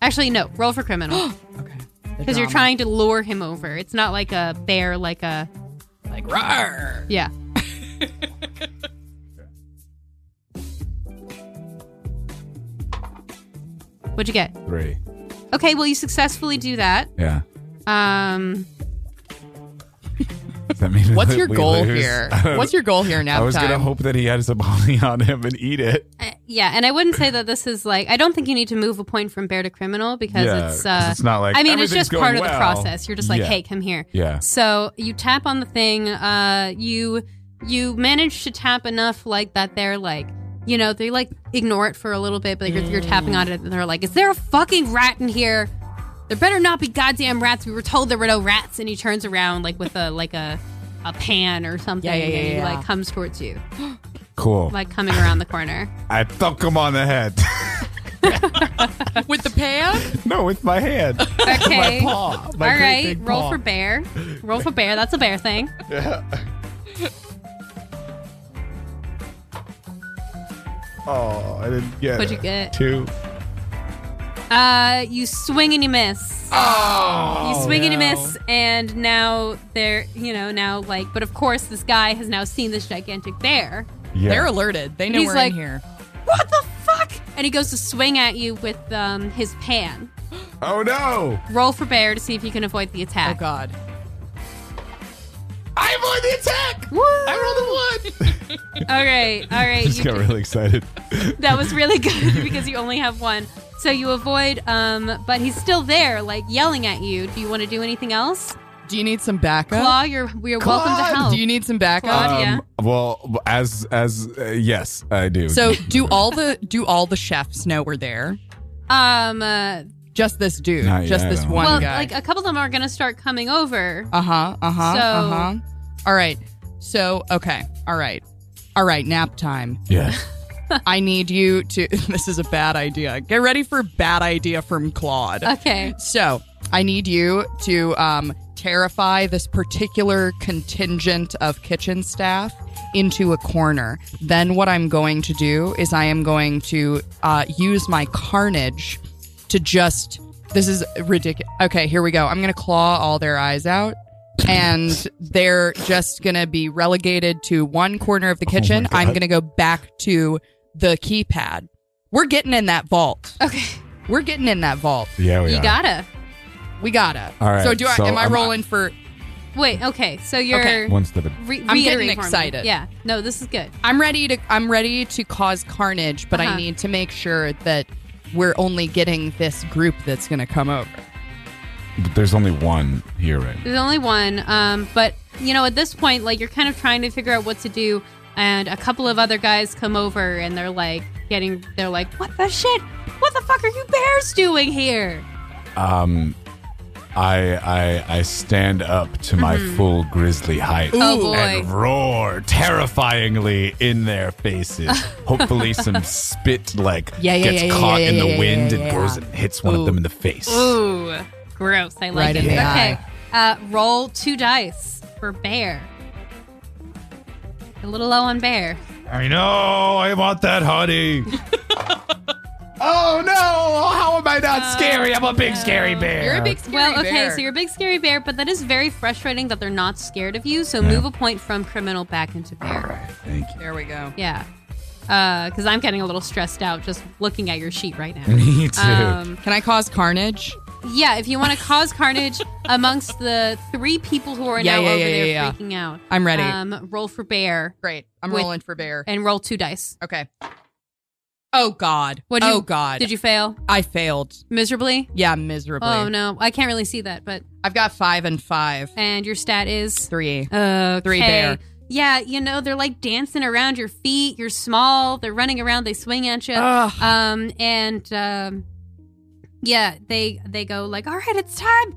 S1: actually no, roll for criminal
S2: Okay.
S1: because you're trying to lure him over. It's not like a bear, like a
S2: like rawr.
S1: yeah. What'd you get?
S3: three
S1: Okay, well you successfully do that.
S3: yeah
S1: Um,
S3: Does that mean
S2: What's
S3: that
S2: your
S3: we
S2: goal
S3: lose?
S2: here?
S3: I don't-
S2: What's your goal here now?
S3: i was gonna hope that he had some honey on him and eat it
S1: uh, yeah, and I wouldn't say that this is like I don't think you need to move a point from bear to criminal because
S3: Yeah,
S1: it's
S3: 'cause
S1: uh,
S3: it's not like
S1: I mean it's
S3: everything's
S1: just part
S3: going
S1: of the
S3: well.
S1: process. You're just like,
S3: Yeah.
S1: hey, come here.
S3: yeah
S1: So you tap on the thing. Uh, you you manage to tap enough like that. They're like, you know, they like ignore it for a little bit, but you're, you're tapping on it, and they're like, "Is there a fucking rat in here? There better not be goddamn rats. We were told there were no rats." And he turns around like with a like a a pan or something,
S2: Yeah, yeah, yeah,
S1: and he
S2: yeah.
S1: like comes towards you,
S3: cool
S1: like coming around the corner.
S3: i thunk him on the head
S2: with the pan.
S3: no with my hand my
S1: Okay.
S3: paw my
S1: All
S3: great
S1: right,
S3: big
S1: roll
S3: paw.
S1: for bear. Roll for bear. That's a bear thing.
S3: oh i didn't get
S1: What'd you
S3: it.
S1: get?
S3: two
S1: Uh, you swing and you miss.
S2: Oh,
S1: you swing and you miss, and now they're, you know, now like, but of course, this guy has now seen this gigantic bear.
S3: yeah
S2: They're alerted. They know
S1: He's
S2: we're
S1: like-
S2: in here.
S1: What the fuck? And he goes to swing at you with um, his pan.
S3: oh no
S1: Roll for bear to see if you can avoid the
S2: Oh
S1: attack.
S2: God.
S3: I avoid the attack.
S1: Woo!
S3: I rolled a one.
S1: all right, all right.
S3: Just
S1: you
S3: got
S1: can-
S3: really excited.
S1: that was really good because you only have one. So you avoid, um, but he's still there, like yelling at you. Do you want to do anything else?
S2: Do you need some backup?
S1: Claw, you're we're welcome to
S3: Claude,
S1: help.
S2: Do you need some backup?
S1: Claude, yeah.
S3: Um, Well, as as uh, yes, I do.
S2: So do all the do all the chefs know we're there?
S1: um, uh,
S2: Just this dude,
S3: Not
S2: just
S3: yet, I
S2: this
S3: don't
S2: one
S1: well,
S2: guy.
S1: like a couple of them are gonna start coming over.
S2: Uh huh. Uh huh.
S1: So-
S2: Uh huh. All right. So okay. All right. All right. Nap time.
S3: yeah,
S2: I need you to. This is a bad idea. Get ready for bad idea from Claude.
S1: Okay.
S2: So I need you to um, terrify this particular contingent of kitchen staff into a corner. Then what I'm going to do is I am going to uh, use my carnage to just. This is ridiculous. Okay, here we go. I'm going to claw all their eyes out. And they're just going to be relegated to one corner of the kitchen. I'm
S3: God.
S2: going to go back to the keypad. We're getting in that vault.
S1: Okay.
S2: We're getting in that vault.
S3: yeah, we
S1: You
S3: are.
S1: gotta.
S2: We gotta.
S3: All right,
S2: So do I?
S3: so
S2: am I
S3: I'm-
S2: rolling for?
S1: Wait. Okay. So you're.
S2: Okay.
S3: One step. at-
S1: Re-
S2: I'm getting
S1: reiterate for me.
S2: excited.
S1: Yeah. No, this is good.
S2: I'm ready to. I'm ready to cause carnage, but
S1: Uh-huh.
S2: I need to make sure that we're only getting this group that's going to come over.
S3: but There's only one here, right?
S1: There's only one. Um, but you know, at this point, like you're kind of trying to figure out what to do, and a couple of other guys come over and they're like getting. They're like, "What the shit? What the fuck are you bears doing here?"
S3: Um, I I I stand up to my
S2: Mm-hmm.
S3: full grizzly height.
S1: Oh boy.
S3: and roar terrifyingly in their faces. Hopefully, some spit like
S2: Yeah, yeah,
S3: gets
S2: yeah, yeah,
S3: caught
S2: yeah,
S3: in
S2: yeah,
S3: the
S2: yeah,
S3: wind
S2: yeah,
S3: and
S2: yeah.
S3: goes and hits one of
S2: Ooh.
S3: them in the face.
S1: Ooh, gross. I like
S2: Right
S1: it.
S2: in the
S1: okay.
S2: eye.
S1: Uh, roll two dice for bear. A little low on bear.
S3: I know. I want that honey. oh no! How am I not
S1: Uh,
S3: scary? I'm a big scary bear.
S2: You're a big scary
S1: well, okay,
S2: bear.
S1: so you're a big scary bear, but that is very frustrating that they're not scared of you. So move a point from criminal back into bear.
S3: Thank you.
S2: There we go.
S1: Yeah. Because I'm getting a little stressed out just looking at your sheet right now.
S3: Me too.
S1: Um,
S2: Can I cause carnage?
S1: yeah, if you want to cause carnage amongst the three people who are
S2: Yeah,
S1: now
S2: yeah,
S1: over
S2: yeah,
S1: there
S2: yeah, yeah.
S1: freaking out,
S2: I'm ready.
S1: Um, roll for bear
S2: Great. I'm
S1: With-
S2: rolling for bear.
S1: and roll two dice.
S2: Okay. Oh God.
S1: What'd you-
S2: oh God.
S1: Did you fail
S2: I failed.
S1: miserably?
S2: Yeah, miserably.
S1: Oh no, I can't really see that. But
S2: I've got five and five.
S1: and your stat is
S2: Three.
S1: uh,
S2: Three bear.
S1: Yeah, you know they're like dancing around your feet. You're small. They're running around. They swing at you.
S2: Ugh.
S1: um and um yeah they they go like all right it's time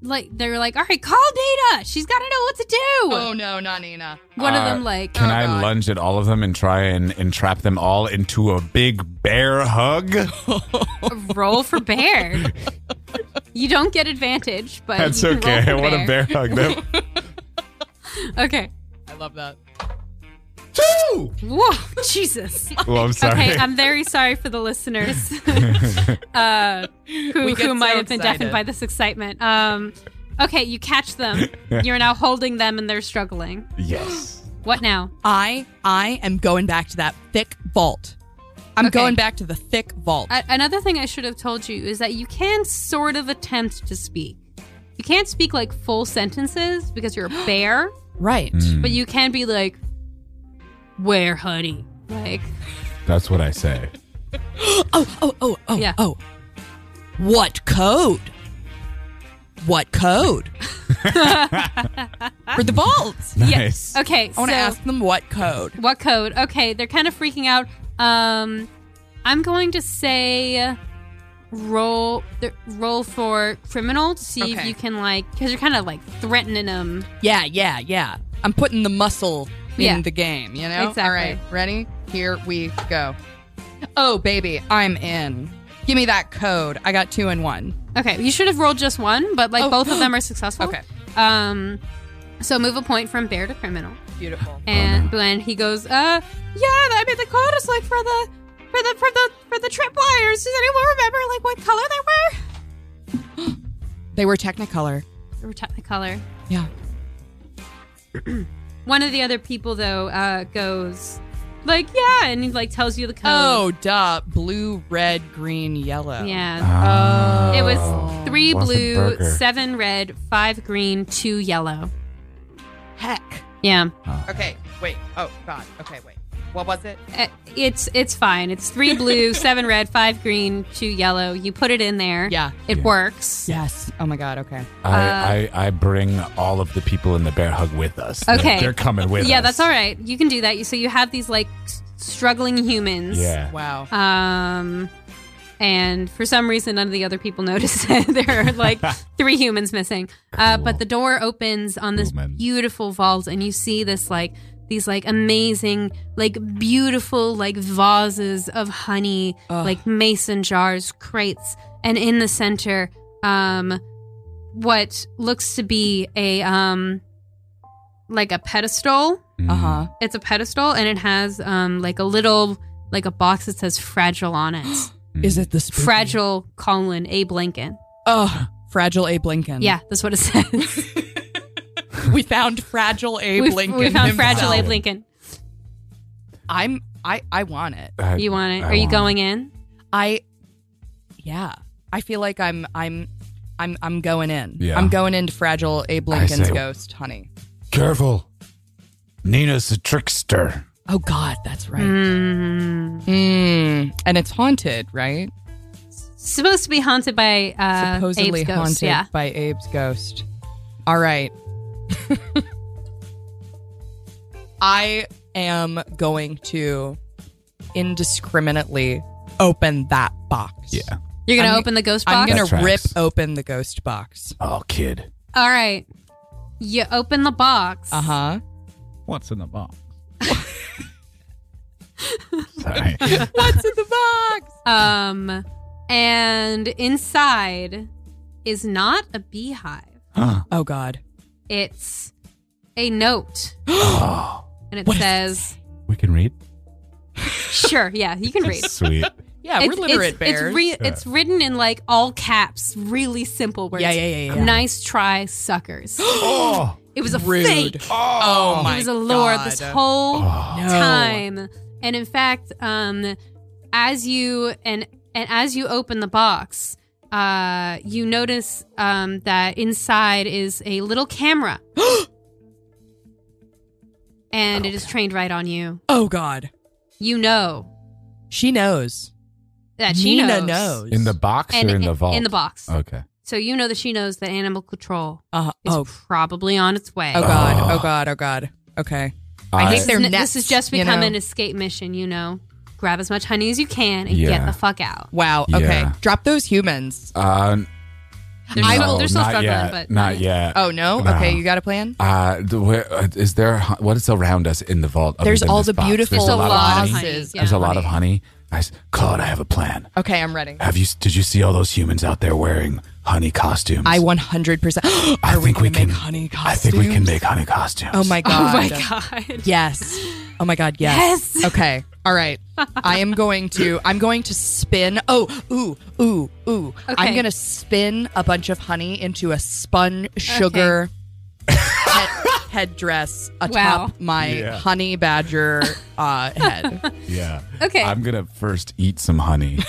S1: like they're like all right call data she's got to know what to do
S2: Oh no, not Nina.
S1: One of
S3: Uh,
S1: them like
S3: Can
S2: Oh,
S3: I
S2: God.
S3: lunge at all of them and try and entrap them all into a big bear hug?
S1: roll for bear you don't get advantage but
S3: That's
S1: you can roll
S3: okay.
S1: for
S3: I want a bear hug. Them.
S1: okay
S2: I love that.
S3: Two.
S1: whoa jesus
S3: Well, I'm sorry.
S1: okay i'm very sorry for the listeners uh who,
S2: We get
S1: who might
S2: so
S1: have been
S2: excited.
S1: deafened by this excitement um okay you catch them you're now holding them and they're struggling
S3: yes.
S1: what now
S2: I I am going back to that thick vault. I'm
S1: Okay.
S2: going back to the thick vault.
S1: A- another thing I should have told you is that you can sort of attempt to speak. You can't speak like full sentences because you're a bear,
S2: right.
S3: Hmm.
S1: but you can be like, "Where, honey?" Like,
S3: That's what I say.
S2: Oh, oh, oh, oh,
S1: Yeah.
S2: oh. What code? What code? For the vault.
S3: Nice.
S1: okay,
S2: I want
S1: so
S2: to ask them what code.
S1: what code? Okay, they're kind of freaking out. Um, I'm going to say roll th- roll for criminal to see if
S2: Okay.
S1: you can like because you're kind of like threatening them.
S2: Yeah, yeah, yeah. I'm putting the muscle in
S1: Yeah.
S2: the game, you know?
S1: Exactly.
S2: All right, ready? Here we go. Oh, baby, I'm in. Give me that code. I got two and one.
S1: Okay, you should have rolled just one, but like
S2: Oh.
S1: both of them are successful.
S2: Okay.
S1: Um, so move a point from bear to criminal,
S2: Beautiful.
S1: and when he goes, uh, yeah, I mean the code is like for the for the for the for the tripwires. Does anyone remember like what color they were?
S2: They were Technicolor.
S1: They were technicolor.
S2: Yeah.
S1: One of the other people though uh, goes, like yeah, and he like tells you the code.
S2: Oh, duh. Blue, red, green, yellow.
S1: yeah.
S3: Oh.
S1: It was three
S3: Wasn't
S1: blue,
S3: burger.
S1: seven red, five green, two yellow.
S2: Heck.
S1: Yeah.
S2: Okay, wait. Oh, God. Okay, wait. What was it?
S1: Eh, It's it's fine. It's three blue, seven red, five green, two yellow. You put it in there.
S2: Yeah.
S1: It
S3: Yeah.
S1: works.
S2: Yes. Oh my God. Okay.
S3: I, I, I bring all of the people in the bear hug with us. They're-
S1: uh, Okay.
S3: They're, coming with us.
S1: Yeah, that's all right. You can do that. You- So you have these like s- struggling humans.
S3: Yeah.
S2: Wow.
S1: Um, and for some reason, none of the other people notice that there are like three humans missing. Uh,
S3: Cool.
S1: but the door opens on this
S3: Cool, man.
S1: beautiful vault, and you see this like these like amazing, like beautiful, like vases of honey,
S2: Ugh.
S1: like mason jars, crates, and in the center, um, what looks to be a um, like a pedestal.
S3: Mm.
S2: Uh huh.
S1: It's a pedestal, and it has um, like a little like a box that says "fragile" on it.
S3: Mm.
S2: Is it the spooky?
S1: Fragile colon A Blinken.
S2: Oh, fragile Abe Lincoln.
S1: Yeah, that's what it says.
S2: we found fragile Abe
S1: we,
S2: Lincoln.
S1: we found
S2: himself.
S1: Fragile A Blinken.
S2: I'm. I. I want it.
S3: I-
S1: You want it?
S3: I
S1: Are you
S3: want
S1: going in?
S2: I. Yeah. I feel like I'm. I'm. I'm. I'm going in.
S3: Yeah.
S2: I'm going into fragile Abe
S3: I
S2: Lincoln's
S3: say-
S2: ghost, honey.
S3: Careful. Nina's a trickster.
S2: Oh God, that's right.
S1: Mm.
S2: Mm. And it's haunted, right?
S1: Supposed to be haunted by uh,
S2: Supposedly
S1: Abe's ghost.
S2: haunted
S1: Yeah.
S2: by Abe's ghost. All right. I am going to indiscriminately open that box.
S3: Yeah.
S1: You're gonna
S2: I'm-
S1: open the ghost
S2: I'm
S1: box.
S2: going
S3: That
S2: to
S3: tracks.
S2: rip open the ghost box.
S3: Oh, kid.
S1: All right. You open the box.
S2: Uh huh.
S3: What's in the box? Sorry.
S2: What's in the box?
S1: Um, and inside is not a beehive.
S3: Huh.
S2: Oh, God.
S1: It's a note,
S3: Oh,
S1: and it
S2: What does it
S1: says,
S3: we can read.
S1: "Sure, yeah, you can read."
S3: Sweet.
S2: Yeah, we're literate
S1: it's,
S2: bears.
S1: It's, re- it's written in like all caps, really simple words.
S2: yeah, yeah, yeah, yeah.
S1: Nice try, suckers.
S3: oh,
S1: It was a
S2: Rude.
S1: fake.
S2: Oh, my
S1: it was a lure
S2: God.
S1: this whole
S3: oh.
S2: No.
S1: time. And in fact, um, as you and and as you open the box, uh, you notice um, that inside is a little camera. And it is trained right on you.
S2: Oh, God.
S1: You know
S2: She knows.
S1: that she
S2: Nina
S1: knows.
S2: knows.
S3: In the box
S1: And
S3: or in
S1: in-
S3: the vault? Oh.
S1: in the box.
S3: Okay.
S1: So you know that she knows that animal control
S2: Uh,
S1: is
S2: oh,
S1: probably on its way.
S2: oh, God. Oh, God. Oh, God. Okay.
S3: Oh,
S2: I think
S1: This,
S2: they're
S1: is, n- this
S2: next,
S1: has just
S2: you
S1: become
S2: know.
S1: an escape mission, you know. Grab as much honey as you can and get
S3: Yeah.
S1: the fuck out.
S2: Wow. Okay.
S3: Yeah.
S2: Drop those humans.
S3: Uh,
S1: They're,
S3: no,
S1: still, they're still
S3: not
S1: struggling,
S3: yet.
S1: but
S3: not yet.
S2: Oh no.
S3: No.
S2: Okay, you got a plan.
S3: Uh, the- where, uh, is there hu- what is around us in the vault? other
S2: There's
S3: than
S2: all
S3: this
S2: the
S3: box?
S2: beautiful
S3: There's a lot, of
S1: vase.
S3: honey.
S2: vases.
S1: Yeah.
S3: There's a lot of honey. I s- Claude, I have a plan.
S2: Okay, I'm ready.
S3: Have you? s- Did you see all those humans out there wearing honey costumes?
S2: I 100. percent
S3: I
S2: Are we
S3: think we
S2: gonna make
S3: can-
S2: honey
S3: I
S2: costumes?
S3: think we can make honey costumes.
S2: Oh my
S1: Oh
S2: god.
S1: my god.
S2: Yes. Oh my god. Yes.
S1: Yes.
S2: Okay. All right. I am going to. I'm going to spin. Oh. Ooh. Ooh. Ooh. I'm
S1: Okay.
S2: gonna spin a bunch of honey into a spun sugar. head- headdress atop
S1: Wow.
S2: my
S3: Yeah.
S2: honey badger uh, head.
S3: Yeah.
S1: Okay.
S3: I'm gonna first eat some honey.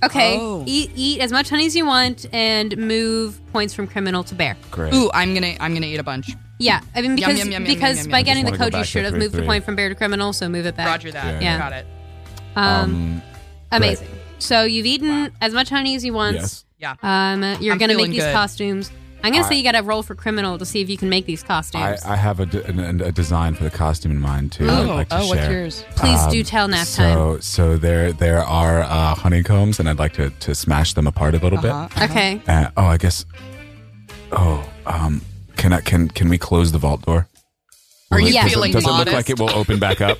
S1: Okay.
S2: Oh.
S1: Eat eat as much honey as you want and move points from criminal to bear.
S3: Great.
S2: Ooh, I'm gonna I'm gonna eat a bunch.
S1: Yeah. I mean because
S2: yum, yum, yum,
S1: because
S2: yum, yum,
S1: by
S2: yum.
S1: getting the
S3: I just wanna
S1: code
S3: go
S1: you
S3: back
S1: should
S3: to
S1: have
S3: three,
S1: moved the
S3: three.
S1: point from bear to criminal, so move it back.
S2: Roger that.
S1: Yeah.
S2: Got it.
S1: Um,
S3: Um,
S1: amazing. So you've eaten as much honey as you want.
S3: yes.
S2: Yeah.
S1: Um, you're
S2: I'm
S1: gonna
S2: feeling
S1: make these
S2: good.
S1: costumes. I'm gonna
S3: I-
S1: say you gotta roll for criminal to see if you can make these
S3: I,
S1: costumes.
S3: I have a, d- an- an- a design for the costume in mind too. I'd
S2: Oh,
S3: like to
S2: oh, what's
S3: share.
S2: yours?
S1: Please
S2: um,
S1: do tell nap time.
S3: So, so there there are uh, honeycombs, and I'd like to, to smash them apart a little
S2: Uh-huh.
S3: bit.
S1: Okay.
S3: Uh, oh, I guess. Oh, um, can I can can we close the vault door?
S2: Are
S3: Will
S1: you
S3: it- does
S1: feeling
S3: it, does it look
S2: modest?
S3: like it will open back up?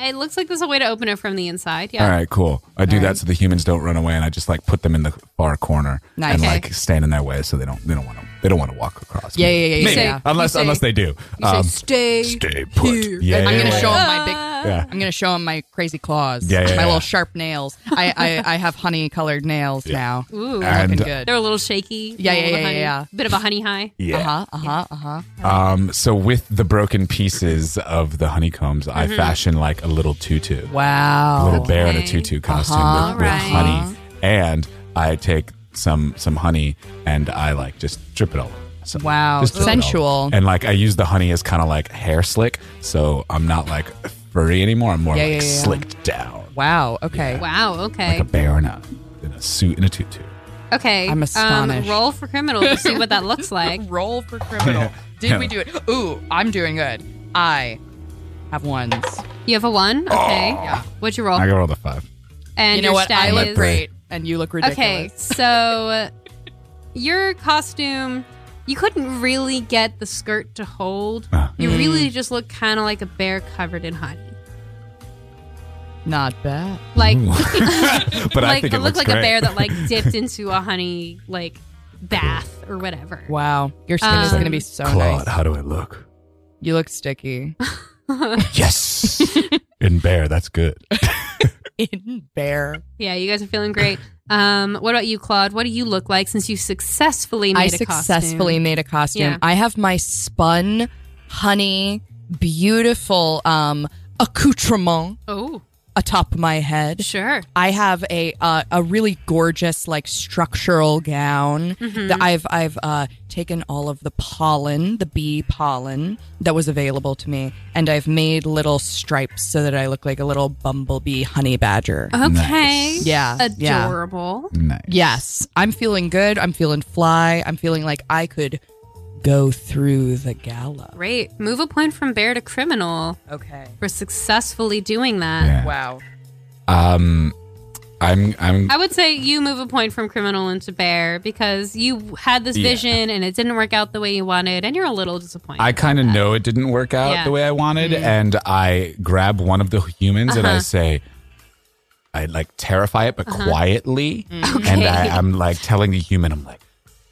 S1: It looks like there's a way to open it from the inside. Yeah.
S3: All right, cool. I do
S2: All right.
S3: that so the humans don't run away, and I just like put them in the far corner
S2: Nice.
S3: and
S2: Okay.
S3: like stand in their way so they don't they don't want to they don't want to walk across.
S2: Yeah,
S3: me.
S2: yeah, yeah, yeah,
S3: Maybe.
S1: yeah, yeah.
S3: Unless
S1: You say-
S3: unless they do. Um,
S1: stay.
S3: stay put.
S1: here.
S3: Yeah,
S2: I'm
S3: yeah,
S2: gonna
S3: yeah,
S2: show
S3: yeah.
S2: him my big.
S3: Yeah.
S2: I'm gonna show him my crazy claws.
S3: Yeah, yeah,
S2: my
S3: yeah.
S2: little sharp nails. I I, I have honey colored nails now.
S1: Ooh.
S3: And-
S2: Looking good.
S1: They're a little shaky.
S2: Yeah,
S1: a
S2: yeah,
S1: little
S2: yeah,
S1: honey-
S2: yeah, yeah.
S1: Bit of a honey high.
S3: Yeah.
S2: Uh huh.
S1: uh-huh,
S2: Uh huh. Uh huh.
S3: Um, so with the broken pieces of the honeycombs, I
S1: Mm-hmm.
S3: fashion like a little tutu, a
S2: Wow.
S3: little bear in a
S1: Okay.
S3: tutu costume
S2: Uh-huh.
S3: with, with
S1: Alright.
S3: honey, and I take some some honey and I like just drip it all. So,
S2: Wow.
S3: just drip it all.
S2: Sensual.
S3: And like I use the honey as kind of like hair slick, so I'm not like furry anymore. I'm more
S2: Yeah,
S3: like
S2: yeah, yeah.
S3: slicked down,
S2: Wow. Okay.
S1: Wow. Okay.
S3: like a bear in a in a suit and a tutu.
S1: okay.
S2: I'm astonished.
S1: Um, roll for criminal to see what that looks like.
S2: Roll for criminal. Did we do it? Ooh, I'm doing good. I have ones.
S1: You have a one. Okay. What'd you roll?
S3: I got all the five.
S1: and
S2: Oh. you know
S1: your
S2: what?
S1: stat
S2: I
S1: is
S2: look great,
S3: great,
S2: and you look
S1: okay.
S2: ridiculous.
S1: So your costume, you couldn't really get the skirt to hold.
S3: Uh.
S2: Mm.
S1: You really just look kind of like a bear covered in honey.
S2: Not bad.
S1: Like
S3: Ooh. but I
S1: like
S3: think it
S1: looked
S3: looks
S1: like
S3: great.
S1: a bear that like dipped into a honey like bath or whatever.
S2: Wow, your skin is
S1: Um,
S2: gonna be so
S3: Claude,
S2: nice.
S3: how do I look?
S2: You look sticky.
S3: Yes, in bear, that's good.
S2: In bear.
S1: Yeah, you guys are feeling great. Um, what about you, Claude? What do you look like since you successfully made
S2: I
S1: a
S2: successfully
S1: costume?
S2: made a costume.
S1: Yeah.
S2: I have my spun, honey, beautiful um accoutrement
S1: Oh,
S2: atop my head.
S1: sure.
S2: I have a uh, a really gorgeous like structural gown
S1: Mm-hmm.
S2: that I've I've uh, taken all of the pollen, the bee pollen that was available to me, and I've made little stripes so that I look like a little bumblebee honey badger.
S1: Okay.
S3: Nice.
S2: Yeah, yeah.
S1: Adorable.
S3: Nice.
S2: Yes, I'm feeling good. I'm feeling fly. I'm feeling like I could go through the gala.
S1: Great. Move a point from bear to criminal
S2: Okay.
S1: for successfully doing that.
S3: Yeah.
S2: Wow.
S3: Um, I'm I'm
S1: I would say you move a point from criminal into bear because you had this
S3: Yeah.
S1: vision and it didn't work out the way you wanted, and you're a little disappointed.
S3: I kind of know it didn't work out
S1: Yeah.
S3: the way I wanted, and I grab one of the humans and I say, I like terrify it, but quietly, and I, I'm like telling the human, I'm like,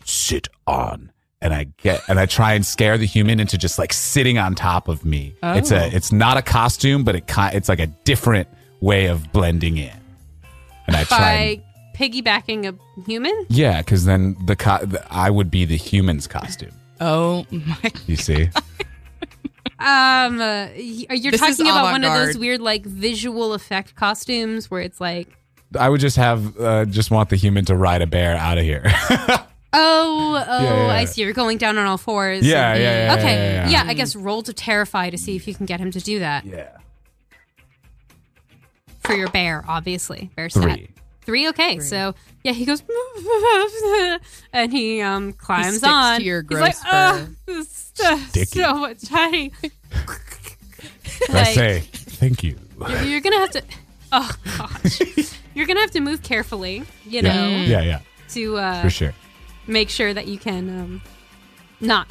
S3: sit on. And I get and I try and scare the human into just like sitting on top of me. It's a it's not a costume, but it ki- it's like a different way of blending in. And I try, and,
S1: by piggybacking a human.
S3: yeah, because then the, co- the I would be the human's costume.
S2: Oh my.
S3: You see,
S1: Um, uh, y- you're
S2: This is
S1: talking about one of
S2: avant-garde.
S1: those weird like visual effect costumes where it's like,
S3: I would just have uh, just want the human to ride a bear out of here.
S1: oh, oh,
S3: yeah,
S1: I
S3: yeah.
S1: see. You're going down on all fours.
S3: Yeah, yeah, yeah.
S1: okay.
S3: yeah, yeah,
S1: I guess roll to terrify to see if you can get him to do that
S3: Yeah.
S1: for your bear, obviously. Bear stat.
S3: Three.
S1: Three, okay. So yeah, he goes and he um climbs
S2: sticks
S1: on.
S2: to your
S1: He's like,
S2: gross
S1: oh,
S2: fur."
S1: this stuff is
S3: Sticky.
S1: so much honey.
S3: I
S1: Like-
S3: say thank you.
S1: You're, you're gonna have to. Oh gosh, you're gonna have to move carefully. You know,
S3: Yeah. yeah, yeah,
S1: to uh,
S3: for sure.
S1: make sure that you can um not,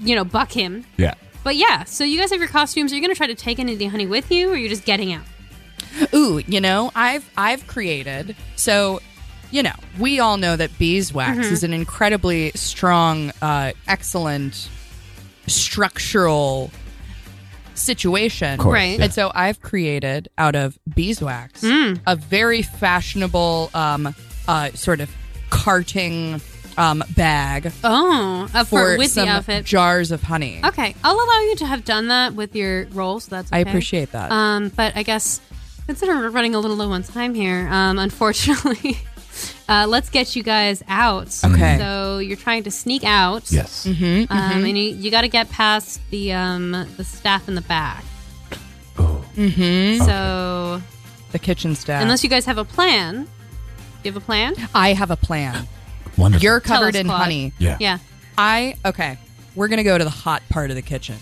S1: you know, buck him.
S3: Yeah.
S1: But yeah, so you guys have your costumes. Are you gonna try to take any of the honey with you, or you're just getting out?
S2: ooh, you know, I've I've created. So, you know, we all know that beeswax
S1: Mm-hmm.
S2: is an incredibly strong, uh, excellent structural situation.
S3: course,
S1: Right.
S3: yeah.
S2: And so I've created out of beeswax
S1: Mm.
S2: a very fashionable um, uh, sort of carting um, bag
S1: Oh, uh,
S2: for
S1: for with
S2: some
S1: the outfit.
S2: jars of honey.
S1: Okay, I'll allow you to have done that with your roll, so that's okay.
S2: I appreciate that.
S1: Um, but I guess consider we're running a little low on time here. Um, unfortunately, uh, let's get you guys out.
S2: Okay.
S1: So you're trying to sneak out.
S3: Yes.
S1: Um,
S2: Mm-hmm.
S1: and you, you got to get past the um the staff in the back.
S3: Oh.
S2: Mm-hmm.
S1: So
S2: the kitchen staff.
S1: unless you guys have a plan, do you have a plan?
S2: I have a plan.
S3: Wonderful.
S2: You're
S1: Tell
S2: covered
S1: us,
S2: in
S1: Claude.
S2: honey.
S3: yeah.
S1: Yeah.
S2: I okay. We're gonna go to the hot part of the kitchen.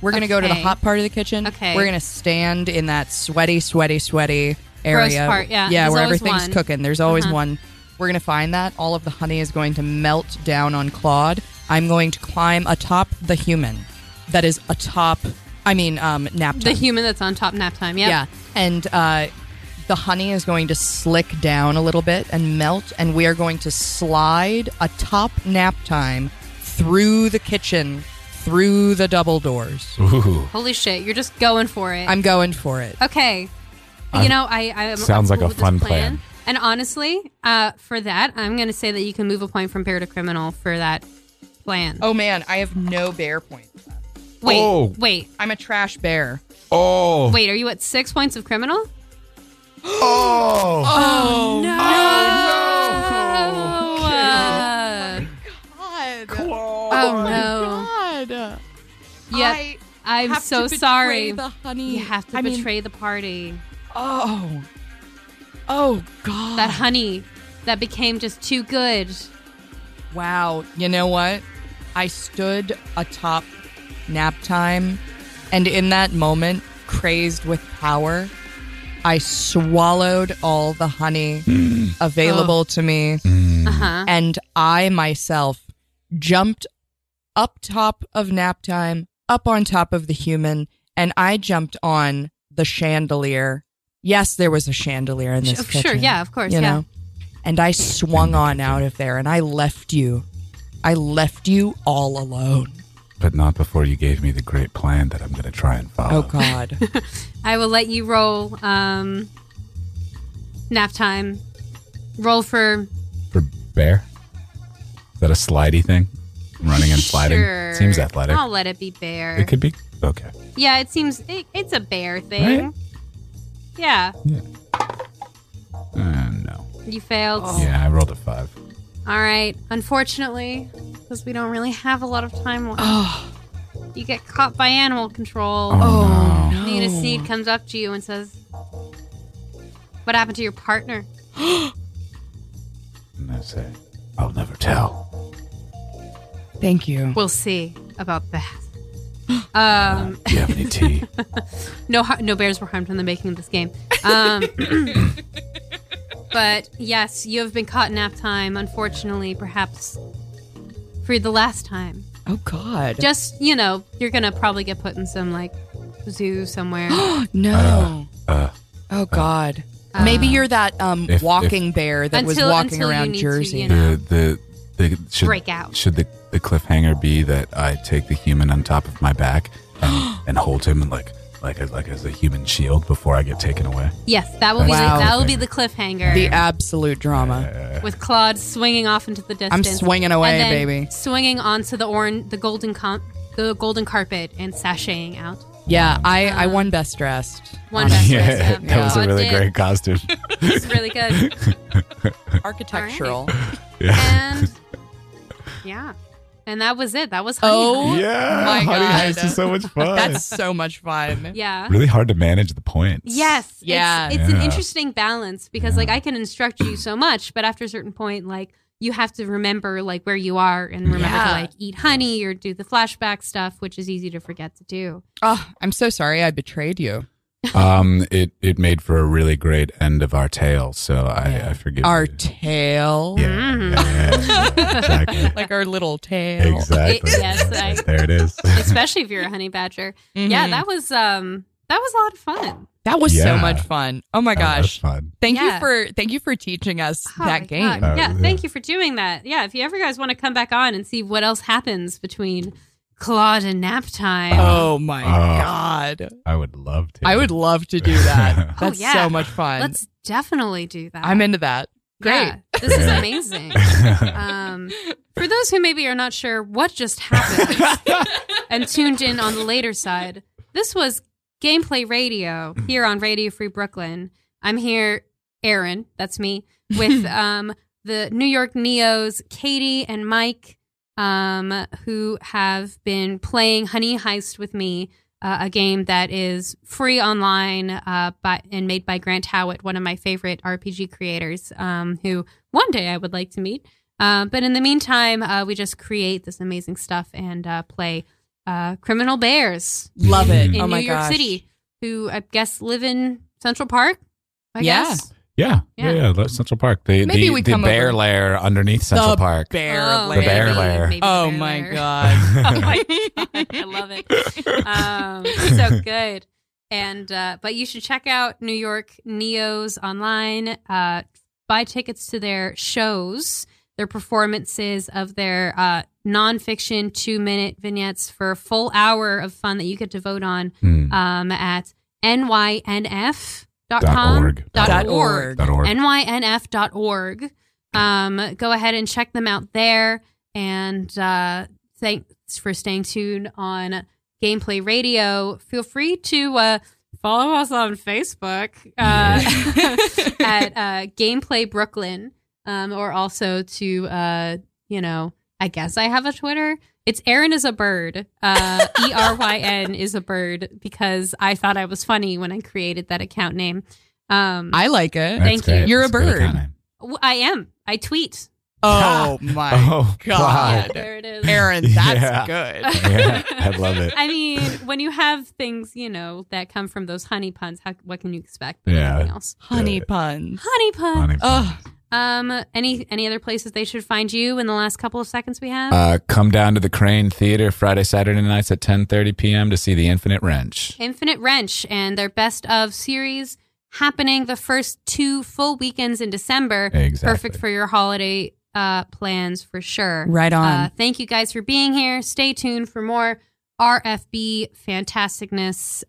S2: We're gonna go to the
S1: Okay.
S2: hot part of the kitchen.
S1: Okay.
S2: We're gonna stand in that sweaty, sweaty, sweaty area.
S1: part, yeah.
S2: Yeah,
S1: There's
S2: where
S1: always
S2: everything's
S1: one.
S2: cooking. There's always
S1: Uh-huh.
S2: one. We're gonna find that. All of the honey is going to melt down on Claude. I'm going to climb atop the human that is atop I mean um napkin.
S1: The human that's on top nap time. Yep.
S2: Yeah. And uh, the honey is going to slick down a little bit and melt, and we are going to slide atop nap time through the kitchen, through the double doors.
S3: Ooh.
S1: Holy shit, you're just going for it.
S2: I'm going for it.
S1: Okay. you know, I, I I'm
S3: Sounds like
S1: cool
S3: a
S1: with this
S3: fun plan.
S1: And honestly, uh, for that, I'm going to say that you can move a point from bear to criminal for that plan.
S2: Oh man, I have no bear points.
S1: wait,
S3: Oh.
S1: wait,
S2: I'm a trash bear.
S3: Oh.
S1: wait. Are you at six points of criminal?
S3: Oh.
S1: Oh, no! Oh, uh,
S2: God.
S1: oh no!
S2: God.
S1: Yeah, I,
S2: I-
S1: I'm
S2: have
S1: so
S2: to betray
S1: sorry.
S2: The honey.
S1: You have to
S2: I mean-
S1: betray the party.
S2: Oh. Oh God.
S1: That honey that became just too good.
S2: Wow. You know what? I stood atop nap time, and in that moment, crazed with power, I swallowed all the honey available to me,
S1: Uh huh.
S2: and I myself jumped up top of nap time, up on top of the human, and I jumped on the chandelier. Yes, there was a chandelier in this
S1: oh, Sure,
S2: kitchen.
S1: sure, yeah, of course,
S2: you
S1: yeah.
S2: know? And I swung on out of there, and I left you. I left you all alone.
S3: But not before you gave me the great plan that I'm going to try and follow.
S2: Oh God.
S1: I will let you roll um, nap time. Roll for
S3: For bear? Is that a slidey thing? Running and sliding?
S1: Sure. Oh,
S3: Seems athletic.
S1: I'll let it be bear.
S3: It could be. Okay.
S1: yeah, it seems it, it's a bear thing.
S3: Right?
S1: Yeah,
S3: Uh, no.
S1: you failed.
S3: Yeah, I rolled a five.
S1: All right. Unfortunately, because we don't really have a lot of time left,
S2: oh,
S1: you get caught by animal control.
S3: Oh,
S2: oh
S3: no.
S2: no.
S1: Nina Seed comes up to you and says, "What happened to your partner?"
S3: And I say, I'll never tell.
S2: Thank you.
S1: We'll see about that. Um,
S3: Do you have any tea?
S1: no har- no bears were harmed in the making of this game. Um, but yes, you have been caught in nap time, unfortunately, perhaps for the last time.
S2: Oh God.
S1: Just, you know, you're going to probably get put in some like zoo somewhere.
S2: Oh, no.
S3: uh,
S2: oh God. Maybe you're that um,
S3: If-
S2: walking bear that was
S1: uh. Until-
S2: walking
S1: until you
S2: around
S1: need to,
S2: Jersey.
S1: you know.
S3: the, the, the, should,
S1: Break out.
S3: Should the, the cliffhanger be that I take the human on top of my back and, and hold him and like, like, a, like as a human shield before I get taken away?
S1: Yes, that will be
S2: Wow.
S1: the, that will be the cliffhanger
S2: The absolute
S3: Uh,
S2: drama.
S1: with Claude swinging off into the
S2: I'm
S1: distance.
S2: swinging
S1: and
S2: away,
S1: then
S2: baby.
S1: Swinging onto the orange, the golden com- the golden carpet and sashaying out.
S2: Yeah, I, I
S1: Uh,
S2: won best dressed.
S1: One best dressed, yeah.
S3: that was a
S1: Claude
S3: really
S1: did.
S3: great costume.
S1: It's really good.
S2: Architectural.
S3: yeah.
S1: and yeah, and that was it. That was honey.
S2: Oh.
S1: Hunt.
S3: Yeah,
S2: My
S3: Honey
S2: God.
S3: Heist is so much fun.
S2: That's so much fun.
S1: yeah.
S3: really hard to manage the points.
S1: Yes. it's-
S2: Yeah.
S1: It's, an
S3: Yeah.
S1: interesting balance because like I can instruct you so much, but after a certain point, like you have to remember like where you are and remember
S2: Yeah.
S1: to like eat honey or do the flashback stuff, which is easy to forget to do.
S2: Oh, I'm so sorry I betrayed you.
S3: Um, it it made for a really great end of our tale, so I,
S2: Yeah.
S3: I forgive
S2: Our
S3: you.
S2: tail.
S3: Yeah, yeah, yeah, yeah, exactly.
S2: Like our little tail.
S3: Exactly.
S1: It- yes, I-
S3: there it is.
S1: Especially if you're a honey badger.
S2: Mhm.
S1: Yeah, that was um that was a lot of fun.
S2: That was so
S3: Yeah.
S2: much fun. Oh my
S3: That was
S2: gosh.
S3: fun.
S2: Thank
S1: Yeah.
S2: you for thank you for teaching us
S1: Oh my
S2: that
S1: God.
S2: game.
S3: Uh,
S1: yeah,
S3: yeah.
S1: thank you for doing that. Yeah, if you ever guys want to come back on and see what else happens between Claude and nap time.
S2: Oh my
S3: Oh.
S2: god.
S3: I would love to.
S2: I would love to do
S1: Oh,
S2: that. That's
S1: yeah.
S2: so much fun.
S1: Let's definitely do that.
S2: I'm into that. Great.
S1: Yeah, this is
S3: Great.
S1: amazing. Um, for those who maybe are not sure what just happened and tuned in on the later side, this was Gameplay Radio here on Radio Free Brooklyn. I'm here, Aaron, that's me, with um, the New York Neos, Katie and Mike, um, who have been playing Honey Heist with me. Uh, a game that is free online uh, by, and made by Grant Howitt, one of my favorite RPG creators, um, who one day I would like to meet. Um, but in the meantime, uh, we just create this amazing stuff and uh, play uh, criminal bears
S2: Love it.
S1: in
S2: oh
S1: New
S2: my
S1: York
S2: gosh.
S1: City, who I guess live in Central Park. I
S2: Yeah.
S1: guess.
S3: Yeah,
S1: Yeah.
S3: yeah, yeah. let- Central Park. The
S2: Maybe
S3: the,
S2: we
S3: the
S2: come
S3: bear
S2: over.
S3: lair underneath Central
S2: the
S3: Park.
S2: Bear
S1: Oh,
S2: lair.
S3: The bear lair.
S1: maybe the
S2: Oh
S1: bear
S2: my
S1: lair.
S2: god.
S1: Oh my God, I love it. Um, so good. And uh, but you should check out New York Neos online. Uh, buy tickets to their shows, their performances of their uh, nonfiction two-minute vignettes for a full hour of fun that you get to vote on
S2: uh,
S3: Hmm.
S1: um, at
S3: Dot
S1: nynf.com
S3: org.
S1: dot
S2: Dot
S1: org
S2: org.
S3: Dot org.
S1: nynf.org. Um, go ahead and check them out there. And uh, thanks for staying tuned on Gameplay Radio. Feel free to uh, follow us on Facebook uh, at uh, Gameplay Brooklyn, um, or also to, uh, you know, I guess I have a Twitter. It's Aaron is a bird. Uh, e R Y N is a bird because I thought I was funny when I created that account name. Um, I,
S2: I like it.
S1: Thank you.
S2: You're a
S3: That's good
S2: bird.
S3: accounting.
S1: I am. I tweet.
S2: Oh my
S3: Oh,
S1: Yeah,
S2: God.
S1: there it is.
S2: Aaron,
S3: Yeah.
S2: that's good.
S3: Yeah, I love it.
S1: I mean, when you have things, you know, that come from those honey puns, how, what can you expect? from
S3: Yeah.
S1: anything else.
S2: Honey puns.
S1: Honey pun.
S3: Funny.
S2: Oh,
S1: Um, any any other places they should find you in the last couple of seconds we have?
S3: Uh, come down to the Crane Theater Friday, Saturday nights at 10:30 p.m. to see The Infinite Wrench.
S1: Infinite Wrench and their best of series happening the first two full weekends in December.
S3: Exactly.
S1: Perfect for your holiday uh, plans for sure.
S2: right on.
S1: Uh, thank you guys for being here. Stay tuned for more RFB fantasticness.